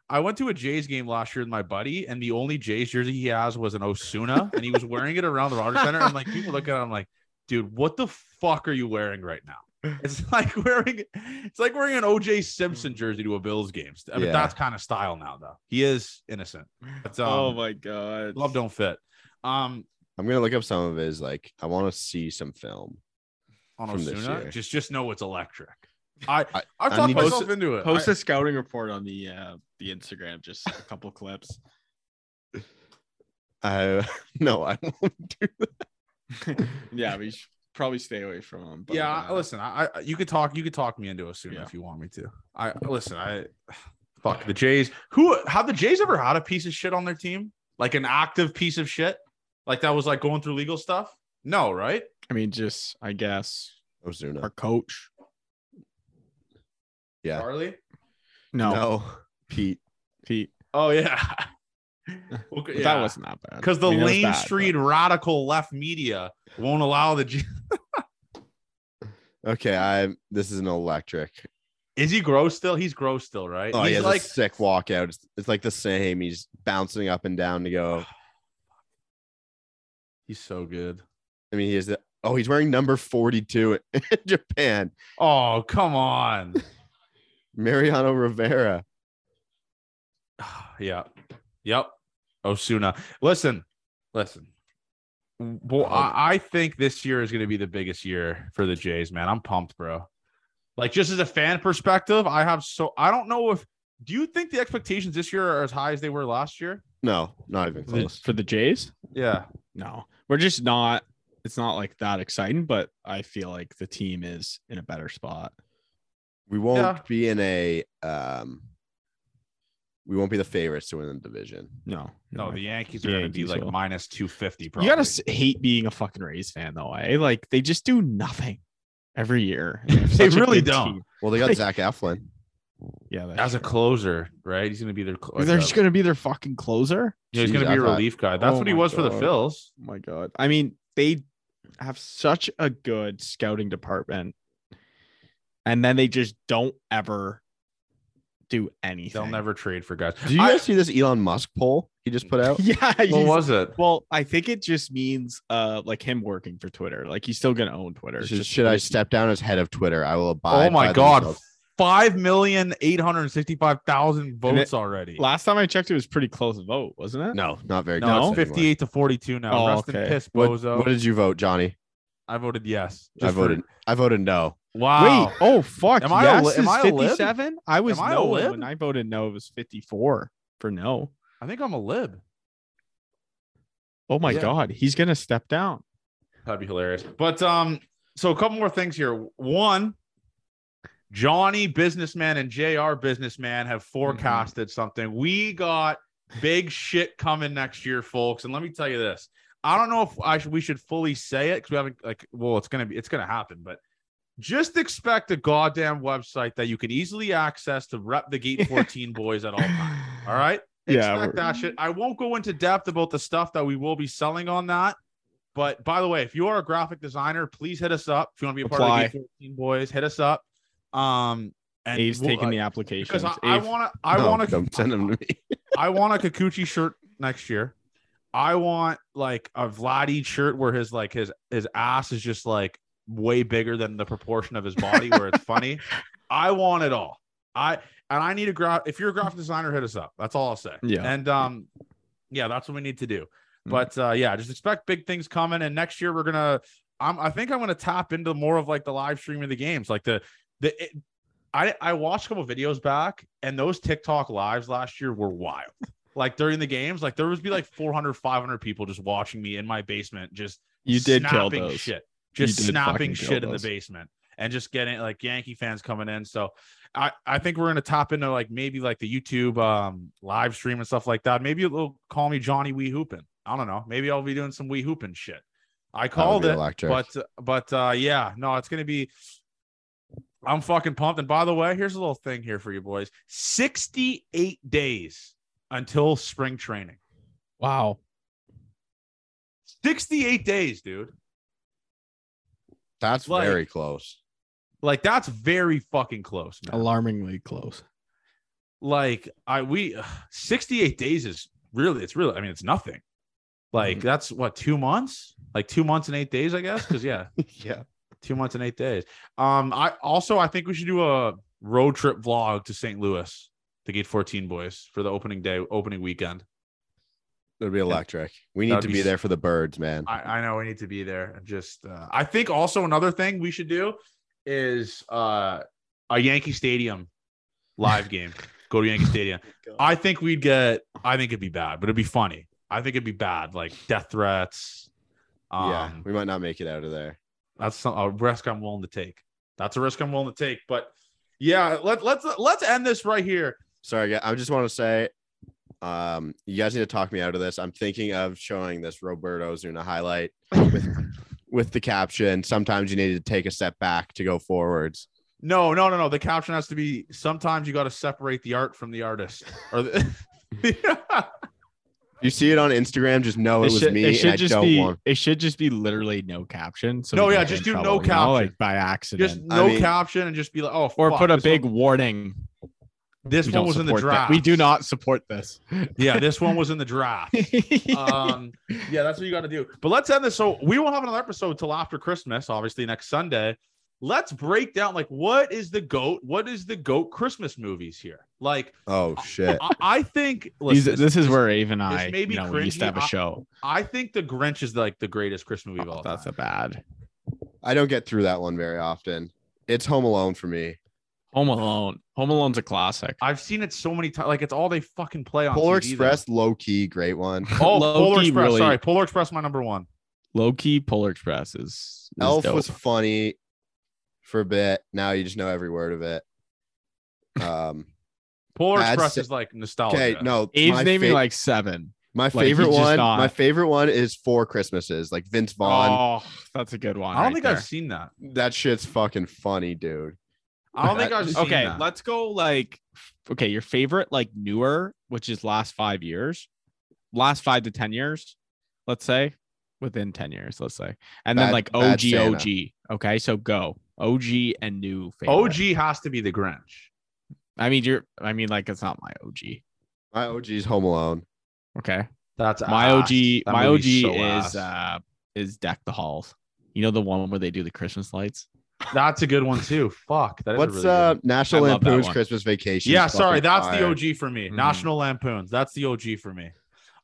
Speaker 1: I went to a Jays game last year with my buddy, and the only Jays jersey he has was an Osuna, and he was wearing it around the Rogers Center. I'm like, people look at him I'm like, dude, what the fuck are you wearing right now? It's like wearing it's like wearing an OJ Simpson jersey to a Bills game. I mean,
Speaker 3: Mm. Yeah.
Speaker 1: that's kind of style now, though. He is innocent. But, um,
Speaker 2: oh my god.
Speaker 1: Love don't fit. Um
Speaker 3: I'm gonna look up some of his. Like, I want to see some film.
Speaker 1: on
Speaker 3: From this
Speaker 1: Osuna,
Speaker 3: year.
Speaker 1: just just know it's electric. I
Speaker 3: I-
Speaker 1: I
Speaker 3: I
Speaker 1: talked
Speaker 3: need to-
Speaker 1: myself into it.
Speaker 2: Post a scouting report on the uh the Instagram, just a couple clips.
Speaker 3: I no, I won't do that.
Speaker 2: Yeah, we should probably stay away from uh, them.
Speaker 1: I, yeah, I- listen, I, I you could talk you could talk me into Osuna
Speaker 2: Yeah.
Speaker 1: if you want me to. I listen, I fuck the Jays. Who have the Jays ever had a piece of shit on their team? Like an active piece of shit? Like that was like going through legal stuff? No, right?
Speaker 2: I mean, just I guess our
Speaker 3: Ozuna.
Speaker 2: coach.
Speaker 3: Yeah.
Speaker 1: Charlie?
Speaker 2: No,
Speaker 3: No, Pete.
Speaker 2: Pete.
Speaker 1: Oh yeah. Well,
Speaker 2: But
Speaker 1: yeah.
Speaker 2: That wasn't that bad.
Speaker 1: because the
Speaker 2: I mean, it was
Speaker 1: Lane
Speaker 2: bad, but-
Speaker 1: Street radical left media won't allow the J-
Speaker 3: Okay, I. This is an electric.
Speaker 1: Is he gross still? He's gross still, right?
Speaker 3: Oh, he
Speaker 1: he's
Speaker 3: has
Speaker 1: like
Speaker 3: a sick walkout. It's, it's like the same. He's bouncing up and down to go.
Speaker 1: he's so good.
Speaker 3: I mean, he is the. Oh, he's wearing number 42 in Japan.
Speaker 1: Oh, come on.
Speaker 3: Mariano Rivera.
Speaker 1: yeah. Yep. Osuna. Listen, listen. Well, I, I think this year is going to be the biggest year for the Jays, man. I'm pumped, bro. Like, just as a fan perspective, I have so I don't know if do you think the expectations this year are as high as they were last year?
Speaker 3: No, not even
Speaker 2: For the-
Speaker 3: close.
Speaker 2: for the Jays.
Speaker 1: Yeah.
Speaker 2: No, we're just not. It's not like that exciting, but I feel like the team is in a better spot.
Speaker 3: We won't
Speaker 1: Yeah.
Speaker 3: be in a. Um, we won't be the favorites to win the division.
Speaker 2: No,
Speaker 1: No, Oh, the Yankees are going to be
Speaker 2: Yankees
Speaker 1: like
Speaker 2: will.
Speaker 1: minus 250. Probably.
Speaker 2: you gotta s- hate being a fucking Rays fan though. Eh? Like they just do nothing every year. and have
Speaker 1: They
Speaker 2: such a
Speaker 1: really
Speaker 2: good
Speaker 1: don't.
Speaker 2: team.
Speaker 3: Well, they got Zach Eflin.
Speaker 2: Yeah, that's
Speaker 1: as a closer, right? He's going to be their. cl-
Speaker 2: they're
Speaker 1: like,
Speaker 2: just
Speaker 1: uh,
Speaker 2: gonna be their fucking closer.
Speaker 1: you know, he's
Speaker 3: Jeez,
Speaker 1: going to be
Speaker 3: I
Speaker 1: a
Speaker 3: thought-
Speaker 1: relief guy. That's
Speaker 2: Oh
Speaker 1: what he
Speaker 2: my
Speaker 1: was for the
Speaker 2: God.
Speaker 1: Phils.
Speaker 2: Oh my god. I mean, they have such a good scouting department, and then they just don't ever do anything.
Speaker 1: They'll never trade for guys.
Speaker 3: Do you
Speaker 1: I-
Speaker 3: guys see this Elon Musk poll he just put out?
Speaker 2: Yeah.
Speaker 1: what
Speaker 2: he's-
Speaker 1: was it?
Speaker 2: well, I think it just means uh like him working for Twitter. Like he's still gonna own Twitter.
Speaker 3: should,
Speaker 2: just
Speaker 3: should I
Speaker 2: because he-
Speaker 3: step down as head of Twitter? I will abide.
Speaker 1: Oh my
Speaker 3: by the
Speaker 1: God,
Speaker 3: results.
Speaker 1: five million eight hundred sixty-five thousand
Speaker 2: And it-
Speaker 1: votes already.
Speaker 2: Last time I checked, it was pretty close vote, wasn't it?
Speaker 3: No, not very.
Speaker 1: no,
Speaker 2: No?
Speaker 1: it's
Speaker 3: close anymore.
Speaker 1: fifty-eight to forty-two now.
Speaker 2: Oh,
Speaker 1: Rest in
Speaker 2: okay.
Speaker 1: piss,
Speaker 3: What,
Speaker 1: bozo.
Speaker 3: what did you vote, Johnny?
Speaker 1: I voted yes.
Speaker 3: I
Speaker 1: Just for-
Speaker 3: voted. I voted no.
Speaker 1: wow.
Speaker 2: Wait. Oh fuck.
Speaker 1: Am
Speaker 2: Am
Speaker 1: I a
Speaker 2: I
Speaker 1: li-
Speaker 2: yes
Speaker 1: am
Speaker 2: is
Speaker 1: I a lib?
Speaker 2: 57? I was
Speaker 1: Am I a
Speaker 2: no
Speaker 1: lib?
Speaker 2: when I voted no. It was 54 for no.
Speaker 1: I think I'm a lib.
Speaker 2: Oh my
Speaker 1: Yeah.
Speaker 2: god, he's gonna step down.
Speaker 1: That'd be hilarious. But um, so a couple more things here. One, Johnny businessman and JR businessman have forecasted something. We got big shit coming next year, folks. And let me tell you this. I don't know if I should we should fully say it because we haven't like well, it's gonna be it's gonna happen, but just expect a goddamn website that you can easily access to rep the Gate 14 boys at all times. Oh All right.
Speaker 2: Yeah,
Speaker 1: Expect
Speaker 2: we're-
Speaker 1: that shit. I won't go into depth about the stuff that we will be selling on that. But by the way, if you are a graphic designer, please hit us up. If you want to be a part of the Gate 14 boys, hit us up. Um, and
Speaker 2: Abe's
Speaker 1: we'll-
Speaker 2: taking
Speaker 1: uh,
Speaker 2: the
Speaker 1: because
Speaker 2: applications.
Speaker 1: I, I
Speaker 2: Abe-
Speaker 1: want to. I
Speaker 3: No,
Speaker 1: want to.
Speaker 3: Don't send him to me.
Speaker 1: I want a Kikuchi shirt next year. I want like a Vladdy shirt where his like his his ass is just like way bigger than the proportion of his body where it's funny. I want it all. I and I need a graph. If you're a graphic designer, hit us up. That's all I'll say.
Speaker 2: Yeah.
Speaker 1: And um, yeah, that's what we need to do.
Speaker 2: Mhm.
Speaker 1: But uh, yeah, just expect big things coming. And next year we're gonna. I'm. I think I'm gonna tap into more of like the live stream of the games, like the the. It, I I watched a couple videos back, and those TikTok lives last year were wild. Like during the games, like there would be like 400, 500 people just watching me in my basement, just
Speaker 2: you did kill
Speaker 1: snapping
Speaker 2: those.
Speaker 1: shit,
Speaker 2: You
Speaker 1: just
Speaker 2: did
Speaker 1: snapping
Speaker 2: fucking kill
Speaker 1: shit in the
Speaker 2: those.
Speaker 1: basement, and just getting like Yankee fans coming in. So I I think we're gonna tap into like maybe like the YouTube um live stream and stuff like that. Maybe it'll call me Johnny Wee Hoopin. I don't know. Maybe I'll be doing some Wee Hoopin shit. I called it.
Speaker 3: Electric.
Speaker 1: But but uh yeah, no, it's gonna be. I'm fucking pumped. And by the way, here's a little thing here for you boys: 68 days until spring training.
Speaker 2: Wow.
Speaker 1: 68 days, dude.
Speaker 3: That's
Speaker 1: like-
Speaker 3: very close.
Speaker 1: Like that's very fucking close. Man.
Speaker 2: Alarmingly close.
Speaker 1: Like I we 68 days is really it's really I mean it's nothing. Like
Speaker 3: Mhm.
Speaker 1: that's what two months, like two months and eight days, I guess. Because yeah,
Speaker 3: yeah.
Speaker 1: two months and eight days. Um, I also I think we should do a road trip vlog to St. Louis, the Gate 14 boys for the opening day, opening weekend.
Speaker 3: It'll be electric. We need
Speaker 1: That'd
Speaker 3: to
Speaker 1: be
Speaker 3: be
Speaker 1: s-
Speaker 3: there for the birds, man.
Speaker 1: I, I know we need to be there and just uh, I think also another thing we should do is uh a Yankee Stadium live game. Go to Yankee Stadium. I think we'd get I think it'd be bad, but it'd be funny. I think it'd be bad, like death threats. Um
Speaker 3: yeah, we might not make it out of there.
Speaker 1: that's some, a risk I'm willing to take. That's a risk I'm willing to take. But yeah, let, let's let's end this right here.
Speaker 3: Sorry, guy- I just want to say, um, you guys need to talk me out of this. I'm thinking of showing this Roberto Zuna highlight with with the caption. Sometimes you need to take a step back to go forwards.
Speaker 1: No, no, no, no. The caption has to be sometimes you got to separate the art from the artist. Or the,
Speaker 3: You see it on Instagram, just know it, was
Speaker 2: should,
Speaker 3: me,
Speaker 2: it
Speaker 3: and
Speaker 2: should
Speaker 3: I
Speaker 2: just
Speaker 3: don't
Speaker 2: be
Speaker 3: want.
Speaker 2: it should just be literally no caption. So
Speaker 1: No,
Speaker 2: we
Speaker 1: yeah,
Speaker 2: don't get
Speaker 1: just
Speaker 2: in
Speaker 1: do no
Speaker 2: trouble, you know,
Speaker 1: caption.
Speaker 2: like by accident.
Speaker 1: just
Speaker 3: I
Speaker 1: no
Speaker 3: mean-
Speaker 1: caption and just be like, oh,
Speaker 2: or
Speaker 1: fuck,
Speaker 2: put a
Speaker 1: this
Speaker 2: big
Speaker 1: One,
Speaker 2: warning.
Speaker 1: this
Speaker 2: we
Speaker 1: one
Speaker 2: don't
Speaker 1: was in the
Speaker 2: support that.
Speaker 1: draft.
Speaker 2: We do not support this.
Speaker 1: Yeah, this one was in the draft. um, yeah, that's what you got to do. But let's end this. So we will have another episode till after Christmas, obviously next Sunday. Let's break down like what is the goat? What is the goat Christmas movies here? Like
Speaker 3: Oh shit!
Speaker 1: I, I think
Speaker 2: These-
Speaker 1: listen,
Speaker 2: this is where Ave and I,
Speaker 1: maybe
Speaker 2: you know, we used to
Speaker 1: cringy.
Speaker 2: have a
Speaker 1: I-
Speaker 2: show.
Speaker 1: I think the Grinch is like the greatest Christmas movie of all
Speaker 2: Oh, that's
Speaker 1: time.
Speaker 2: a bad
Speaker 3: I don't get through that one very often. It's Home Alone for me.
Speaker 2: Home Alone. Home Alone's a classic.
Speaker 1: I've seen it so many times. Like it's all they fucking play on
Speaker 3: Polar
Speaker 1: TV though.
Speaker 3: Express, low key, great one.
Speaker 1: Oh,
Speaker 2: Low
Speaker 1: Polar
Speaker 2: key,
Speaker 1: Express.
Speaker 2: really.
Speaker 1: Sorry, Polar Express, my number one.
Speaker 2: Low key Polar Express is, is
Speaker 3: Elf
Speaker 2: dope.
Speaker 3: was funny for a bit. Now you just know every word of it. Um.
Speaker 1: Polar
Speaker 3: Bad
Speaker 1: Express
Speaker 3: si-
Speaker 1: is like nostalgia.
Speaker 3: Okay. No.
Speaker 2: Abe's
Speaker 3: my
Speaker 2: naming
Speaker 3: fa-
Speaker 2: like seven.
Speaker 3: My
Speaker 2: Like,
Speaker 3: favorite
Speaker 2: he's just
Speaker 3: one.
Speaker 2: not-
Speaker 3: My favorite one is Four Christmases. Like Vince Vaughn.
Speaker 2: Oh, that's a good one.
Speaker 1: I don't
Speaker 2: right
Speaker 1: think
Speaker 2: there.
Speaker 1: I've seen that.
Speaker 2: Oh.
Speaker 3: That shit's fucking funny, dude.
Speaker 1: I don't think I've seen
Speaker 2: okay
Speaker 1: that.
Speaker 2: let's go like f- okay your favorite like newer which is last five years last five to ten years let's say within 10 years let's say and
Speaker 3: Bad-
Speaker 2: then like
Speaker 3: Bad
Speaker 2: og
Speaker 3: Santa.
Speaker 2: og okay so go og and new favorite.
Speaker 1: OG has to be the Grinch.
Speaker 2: i mean you're i mean like it's not my og
Speaker 3: My OG's Home Alone.
Speaker 2: okay
Speaker 1: That's
Speaker 2: my
Speaker 1: ass.
Speaker 2: og
Speaker 1: That
Speaker 2: my og
Speaker 1: movie's so ass.
Speaker 2: is uh is deck the halls you know the one where they do the christmas lights
Speaker 1: that's a good one too. Fuck, that is a
Speaker 3: What's
Speaker 1: really good
Speaker 3: uh
Speaker 1: one.
Speaker 3: National
Speaker 2: I love that
Speaker 3: Lampoon's
Speaker 2: one.
Speaker 3: Christmas Vacation?
Speaker 1: Yeah,
Speaker 3: is
Speaker 1: sorry,
Speaker 3: fucking
Speaker 1: that's the
Speaker 3: fire.
Speaker 1: OG for me.
Speaker 2: Mhm.
Speaker 1: National Lampoons. That's the OG for me.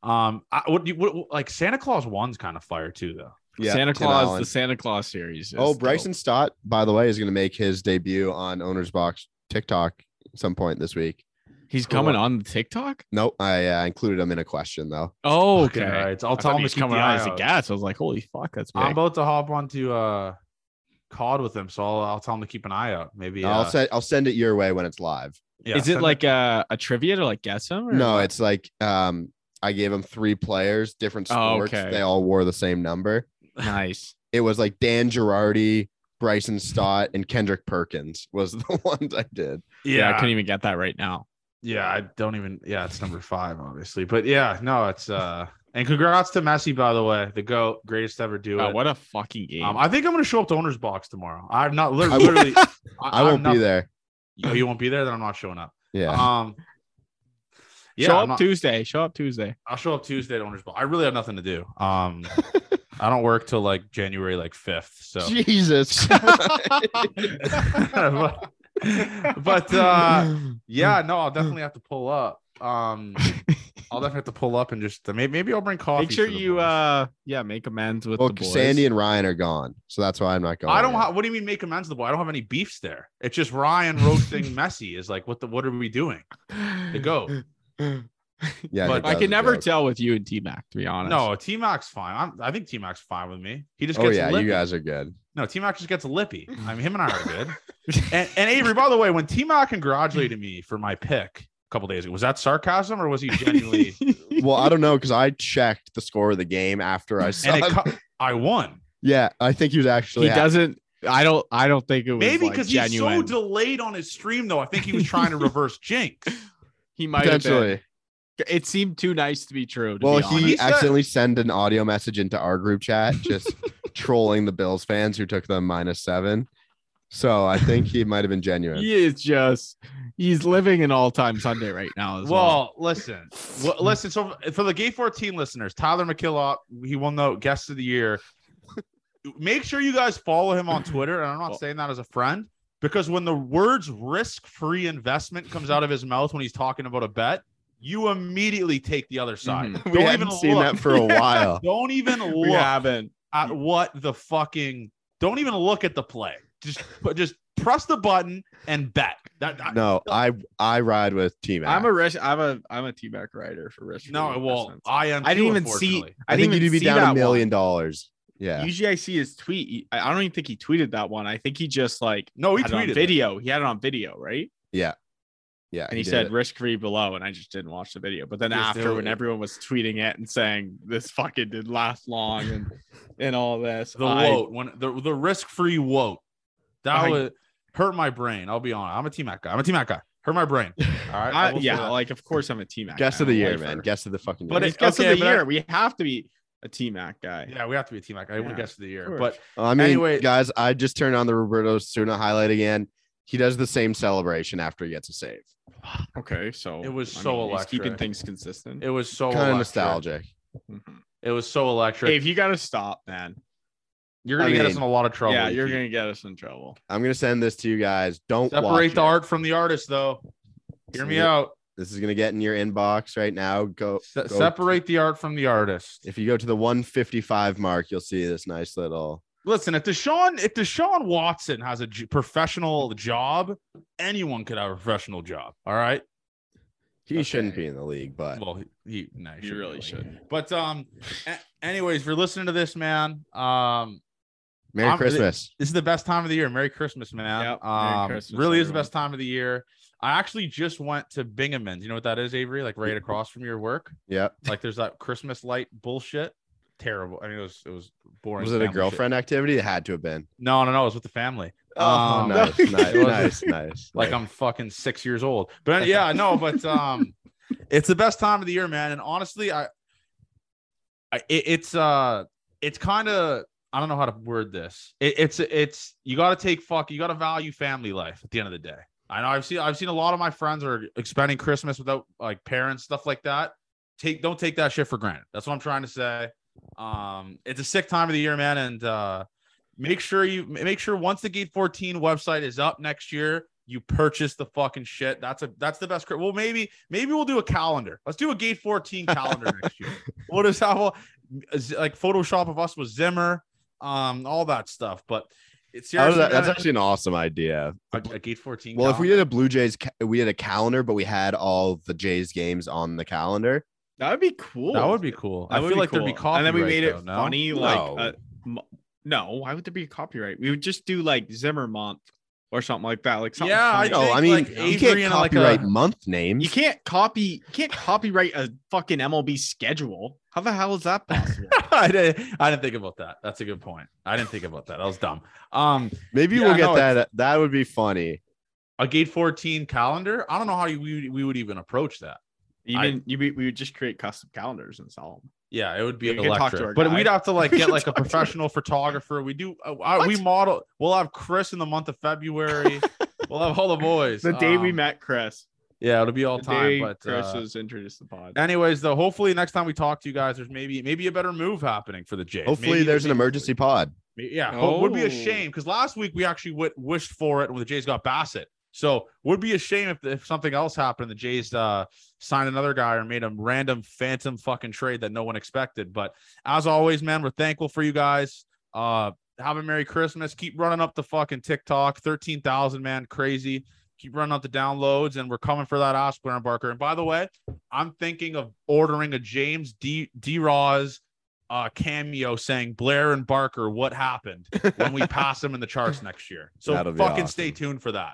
Speaker 1: Um, I, what, do you- what like Santa Claus one's kind of fire too though.
Speaker 3: Yeah,
Speaker 2: santa
Speaker 3: Tim
Speaker 2: claus
Speaker 3: Allen.
Speaker 2: the santa claus series is
Speaker 3: Oh,
Speaker 2: dope.
Speaker 3: Bryson Stott, by the way, is going to make his debut on Owner's Box TikTok some point this week.
Speaker 2: he's
Speaker 1: Cool.
Speaker 2: coming on the tiktok
Speaker 3: Nope, I uh, included him in a question though.
Speaker 2: oh
Speaker 1: Fucking
Speaker 2: okay
Speaker 1: right. I'll tell
Speaker 2: I thought
Speaker 1: him
Speaker 2: he
Speaker 1: to
Speaker 2: was
Speaker 1: keep the
Speaker 2: coming on
Speaker 1: eye
Speaker 2: as a
Speaker 1: out.
Speaker 2: guest. I was like, holy fuck, that's big.
Speaker 1: I'm about to hop onto uh COD with him, so I'll, I'll tell him to keep an eye out. Maybe uh,
Speaker 3: I'll send I'll send it your way when it's live.
Speaker 1: yeah,
Speaker 2: Is
Speaker 1: send
Speaker 2: it like a, a trivia to like guess him? Or
Speaker 3: No,
Speaker 2: what?
Speaker 3: it's like um I gave him three players, different
Speaker 2: Oh,
Speaker 3: sports.
Speaker 2: okay.
Speaker 3: They all wore the same number.
Speaker 2: nice.
Speaker 3: It was like Dan Girardi, Bryson Stott, and Kendrick Perkins was the ones I did.
Speaker 2: Yeah. I
Speaker 1: yeah,
Speaker 2: couldn't even get that right now.
Speaker 1: yeah. I don't even. Yeah, it's number five, obviously, but yeah, no, it's uh. And congrats to Messi, by the way, the goat, greatest to ever do
Speaker 2: Wow,
Speaker 1: it.
Speaker 2: Uh, what a fucking game.
Speaker 1: Um, I think I'm gonna show up to owner's box tomorrow. I've not lit-
Speaker 3: I
Speaker 1: literally. I,
Speaker 3: I won't be there.
Speaker 1: there. You won't be there. Then I'm not showing up.
Speaker 3: Yeah.
Speaker 1: Um. Yeah,
Speaker 2: show
Speaker 1: I'm
Speaker 2: up
Speaker 1: not-
Speaker 2: Tuesday. Show up Tuesday.
Speaker 1: I'll show up Tuesday at owner's box. I really have nothing to do. Um, I don't work till like January like fifth. So,
Speaker 3: Jesus.
Speaker 1: but, but, uh, yeah, no, I'll definitely have to pull up. Um, I'll definitely have to pull up and just maybe maybe I'll bring coffee.
Speaker 2: Make sure
Speaker 1: for the
Speaker 2: you
Speaker 1: boys.
Speaker 2: uh yeah, make amends with
Speaker 3: well,
Speaker 2: the boys.
Speaker 3: Sandy and Ryan are gone, so that's why I'm not going.
Speaker 1: I don't.
Speaker 3: yet.
Speaker 1: Ha- what do you mean make amends to the boy? I don't have any beefs there. It's just Ryan roasting Messi is like, what the what are we doing? The goat.
Speaker 3: Yeah,
Speaker 1: but
Speaker 3: but
Speaker 2: I can never tell with you and T Mac, to be honest.
Speaker 1: No, T Mac's fine. I'm, I think T Mac's fine with me. He just
Speaker 3: Oh
Speaker 1: gets
Speaker 3: yeah,
Speaker 1: lippy.
Speaker 3: you guys are good.
Speaker 1: No, T Mac just gets lippy. I mean, him and I are good. and, and Avery, by the way, when T Mac congratulated me for my pick a couple days ago, was that sarcasm or was he genuinely?
Speaker 3: Well, I don't know because I checked the score of the game after I saw.
Speaker 1: and it
Speaker 3: it.
Speaker 1: co- I won.
Speaker 3: yeah, I think he was actually.
Speaker 2: he doesn't I don't I don't think it was
Speaker 1: Maybe
Speaker 2: like,
Speaker 1: because he's so
Speaker 2: genuine.
Speaker 1: delayed on his stream, though. I think he was trying to reverse jinx.
Speaker 2: he might have been.
Speaker 3: potentially.
Speaker 2: It seemed too nice to be true. To
Speaker 3: Well,
Speaker 2: be honest.
Speaker 3: he
Speaker 1: honest.
Speaker 3: accidentally sent an audio message into our group chat, just trolling the Bills fans who took them minus seven. So I think he might have been genuine.
Speaker 2: He is just he's living an all-time Sunday right now as well.
Speaker 1: Well, listen, well, listen. So for the Gay 14 listeners, Tyler McKillop, he won the guest of the year. Make sure you guys follow him on Twitter. And I'm not saying that as a friend because when the words risk free investment comes out of his mouth when he's talking about a bet, you immediately take the other side.
Speaker 2: Mhm.
Speaker 3: we
Speaker 1: Don't
Speaker 3: haven't
Speaker 1: even
Speaker 3: seen
Speaker 1: look.
Speaker 3: that for a while.
Speaker 1: Don't even
Speaker 2: We
Speaker 1: look
Speaker 2: haven't.
Speaker 1: at what the fucking, don't even look at the play. Just, but just press the button and bet. That, I-
Speaker 3: No, I I ride with Team.
Speaker 2: I'm a rich. I'm a I'm a teaback rider for rich.
Speaker 1: no, well,
Speaker 2: investments.
Speaker 1: I am.
Speaker 2: I didn't
Speaker 1: too,
Speaker 2: even see.
Speaker 1: unfortunately.
Speaker 2: I,
Speaker 3: I
Speaker 2: didn't
Speaker 3: think
Speaker 2: even
Speaker 3: you'd be
Speaker 2: see
Speaker 3: down
Speaker 2: that
Speaker 3: a
Speaker 2: one.
Speaker 3: million dollars. Yeah.
Speaker 2: Usually, I see his tweet. He- I I don't even think he tweeted that one. I think he just like
Speaker 1: No, he
Speaker 2: had it on
Speaker 1: tweeted. it.
Speaker 2: video. He had it on video, right?
Speaker 3: Yeah.
Speaker 2: And he,
Speaker 3: did
Speaker 2: said
Speaker 3: it.
Speaker 2: risk free below, and I just didn't watch the video. But then
Speaker 1: Just
Speaker 2: after,
Speaker 1: do
Speaker 2: when
Speaker 1: it.
Speaker 2: everyone was tweeting it and saying this fucking did last long and and all this,
Speaker 1: The
Speaker 2: I-
Speaker 1: woat when the the risk free woat that
Speaker 2: I-
Speaker 1: would hurt my brain. I'll be honest. I'm a T Mac guy. I'm a T Mac guy. Hurt my brain. All right.
Speaker 2: I-
Speaker 1: I will say
Speaker 2: yeah,
Speaker 1: that.
Speaker 2: like of course I'm a T Mac.
Speaker 3: guess of the year, man. Guess of the fucking
Speaker 2: But
Speaker 3: year.
Speaker 2: it, guess
Speaker 1: Okay,
Speaker 2: of the
Speaker 1: but I-
Speaker 2: year, we have to be a T Mac guy.
Speaker 1: yeah, we have to be a T Mac. I would
Speaker 2: Yeah,
Speaker 1: have guessed for the year,
Speaker 2: course.
Speaker 1: but
Speaker 3: I mean,
Speaker 1: anyway-
Speaker 3: guys, I just turned on the Roberto Osuna highlight again. He does the same celebration after he gets a save.
Speaker 2: Okay, so
Speaker 1: It was so
Speaker 2: he's keeping
Speaker 1: electric.
Speaker 2: things consistent.
Speaker 1: it was so
Speaker 3: kind of
Speaker 1: electric.
Speaker 3: nostalgic.
Speaker 2: Mhm.
Speaker 1: It was so electric.
Speaker 2: Hey, if you gotta stop, man.
Speaker 1: you're gonna
Speaker 3: I
Speaker 1: get us
Speaker 3: mean,
Speaker 1: in a lot of trouble.
Speaker 2: yeah, you're
Speaker 1: Keith.
Speaker 2: gonna get us in trouble.
Speaker 3: I'm gonna send this to you guys. Don't watch
Speaker 1: separate the
Speaker 3: it.
Speaker 1: art from the artist, though. Hear me out.
Speaker 3: This is gonna get in your inbox right now. Go
Speaker 1: Se-
Speaker 3: go-
Speaker 1: separate the art from the artist.
Speaker 3: If you go to the 155 mark, you'll see this nice little.
Speaker 1: Listen, if Deshaun, if Deshaun Watson has a j- professional job, anyone could have a professional job. All right.
Speaker 3: He shouldn't
Speaker 2: Okay.
Speaker 3: be in the league, but
Speaker 1: Well, he, he, no, he
Speaker 2: You
Speaker 1: shouldn't
Speaker 2: really
Speaker 1: be.
Speaker 2: should.
Speaker 1: But um, a- anyways, if you're listening to this, man, um,
Speaker 3: Merry
Speaker 1: I'm-
Speaker 3: Christmas.
Speaker 1: this is the best time of the year. Merry Christmas, man.
Speaker 2: Yep, Merry
Speaker 1: um,
Speaker 2: Christmas,
Speaker 1: really is the
Speaker 2: everyone.
Speaker 1: best time of the year. I actually just went to Bingham's. You know what that is, Avery? Like right across from your work.
Speaker 3: Yep.
Speaker 1: Like there's that Christmas light bullshit. Terrible. I mean, it was it was boring.
Speaker 3: Was it
Speaker 1: family
Speaker 3: a
Speaker 1: shit.
Speaker 3: girlfriend activity? It had to have been.
Speaker 1: No, no, no. It was with the family.
Speaker 3: Oh,
Speaker 1: Um,
Speaker 3: nice,
Speaker 2: no.
Speaker 3: nice,
Speaker 1: It wasn't-
Speaker 3: nice, nice.
Speaker 1: like I'm fucking six years old. But yeah, no, but um, it's the best time of the year, man. And honestly, I, I it, it's uh, it's kind of I don't know how to word this. It, it's it's you got to take fuck, you got to value family life at the end of the day. I know I've seen I've seen a lot of my friends are spending Christmas without like parents stuff like that. Take don't take that shit for granted. That's what I'm trying to say. Um, it's a sick time of the year, man, and uh make sure you make sure once the gate 14 website is up next year you purchase the fucking shit that's a that's the best cri- well maybe maybe we'll do a calendar let's do a gate 14 calendar next year what is how well, like photoshop of us with zimmer um all that stuff but it's
Speaker 3: How does
Speaker 1: seriously
Speaker 3: that- that's
Speaker 1: man,
Speaker 3: actually an awesome idea.
Speaker 1: a, a gate 14
Speaker 3: Well, if we did a Blue Jays, ca- we did a calendar, but we had all the Jays games on the calendar.
Speaker 2: That would be cool.
Speaker 1: that would be cool i
Speaker 2: That would
Speaker 1: feel like there'd be
Speaker 2: cool.
Speaker 1: copyright
Speaker 2: And then we made
Speaker 1: though,
Speaker 2: it
Speaker 1: no?
Speaker 2: funny, like
Speaker 3: No.
Speaker 2: uh, m- no, why would there be a copyright? We would just do like Zimmer month or something like that. Like something
Speaker 1: Yeah, I
Speaker 2: funny.
Speaker 3: No,
Speaker 1: think,
Speaker 3: I mean
Speaker 1: like,
Speaker 3: you
Speaker 1: Avery
Speaker 3: can't
Speaker 1: and, like,
Speaker 3: copyright
Speaker 1: a-
Speaker 3: month names.
Speaker 2: you can't copy you can't copyright a fucking MLB schedule. How the hell is that possible?
Speaker 1: I, didn't, I didn't think about that that's a good point i didn't think about that that was dumb um
Speaker 3: Maybe
Speaker 1: Yeah,
Speaker 3: we'll get
Speaker 1: no, it's-
Speaker 3: that. That would be funny.
Speaker 1: a gate 14 calendar i don't know how you, we, we would even approach that
Speaker 2: You
Speaker 1: I-
Speaker 2: mean you be, we would just create custom calendars and sell them.
Speaker 1: Yeah, it would be
Speaker 2: We could talk to our
Speaker 1: electric. But
Speaker 2: guy.
Speaker 1: we'd have to like
Speaker 2: We
Speaker 1: get
Speaker 2: should
Speaker 1: like a
Speaker 2: talk to him.
Speaker 1: professional photographer. We do. Uh, I, we
Speaker 2: What?
Speaker 1: model. We'll have Chris in the month of February. we'll have all the boys.
Speaker 2: The day we
Speaker 1: Um,
Speaker 2: met Chris.
Speaker 1: Yeah, it'll be all
Speaker 2: The
Speaker 1: time.
Speaker 2: day
Speaker 1: But
Speaker 2: Chris
Speaker 1: uh,
Speaker 2: was introduced to the pod.
Speaker 1: anyways, though, hopefully next time we talk to you guys, there's maybe maybe a better move happening for the Jays.
Speaker 3: Hopefully,
Speaker 1: Maybe-
Speaker 3: there's an emergency pod.
Speaker 1: maybe- yeah, ho- would be a
Speaker 2: Oh.
Speaker 1: shame because last week we actually w- wished for it when the Jays got Bassett. So would be a shame if, if something else happened. The Jays uh, signed another guy or made a random phantom fucking trade that no one expected. But as always, man, we're thankful for you guys. Uh, have a Merry Christmas. Keep running up the fucking TikTok. 13,000, man. Crazy. Keep running up the downloads, and we're coming for that ass Blair and Barker. And by the way, I'm thinking of ordering a James D. D. Roz uh, cameo saying Blair and Barker, what happened when we pass them in the charts next year. So
Speaker 3: That'll be
Speaker 1: fucking
Speaker 3: awesome.
Speaker 1: stay tuned for that.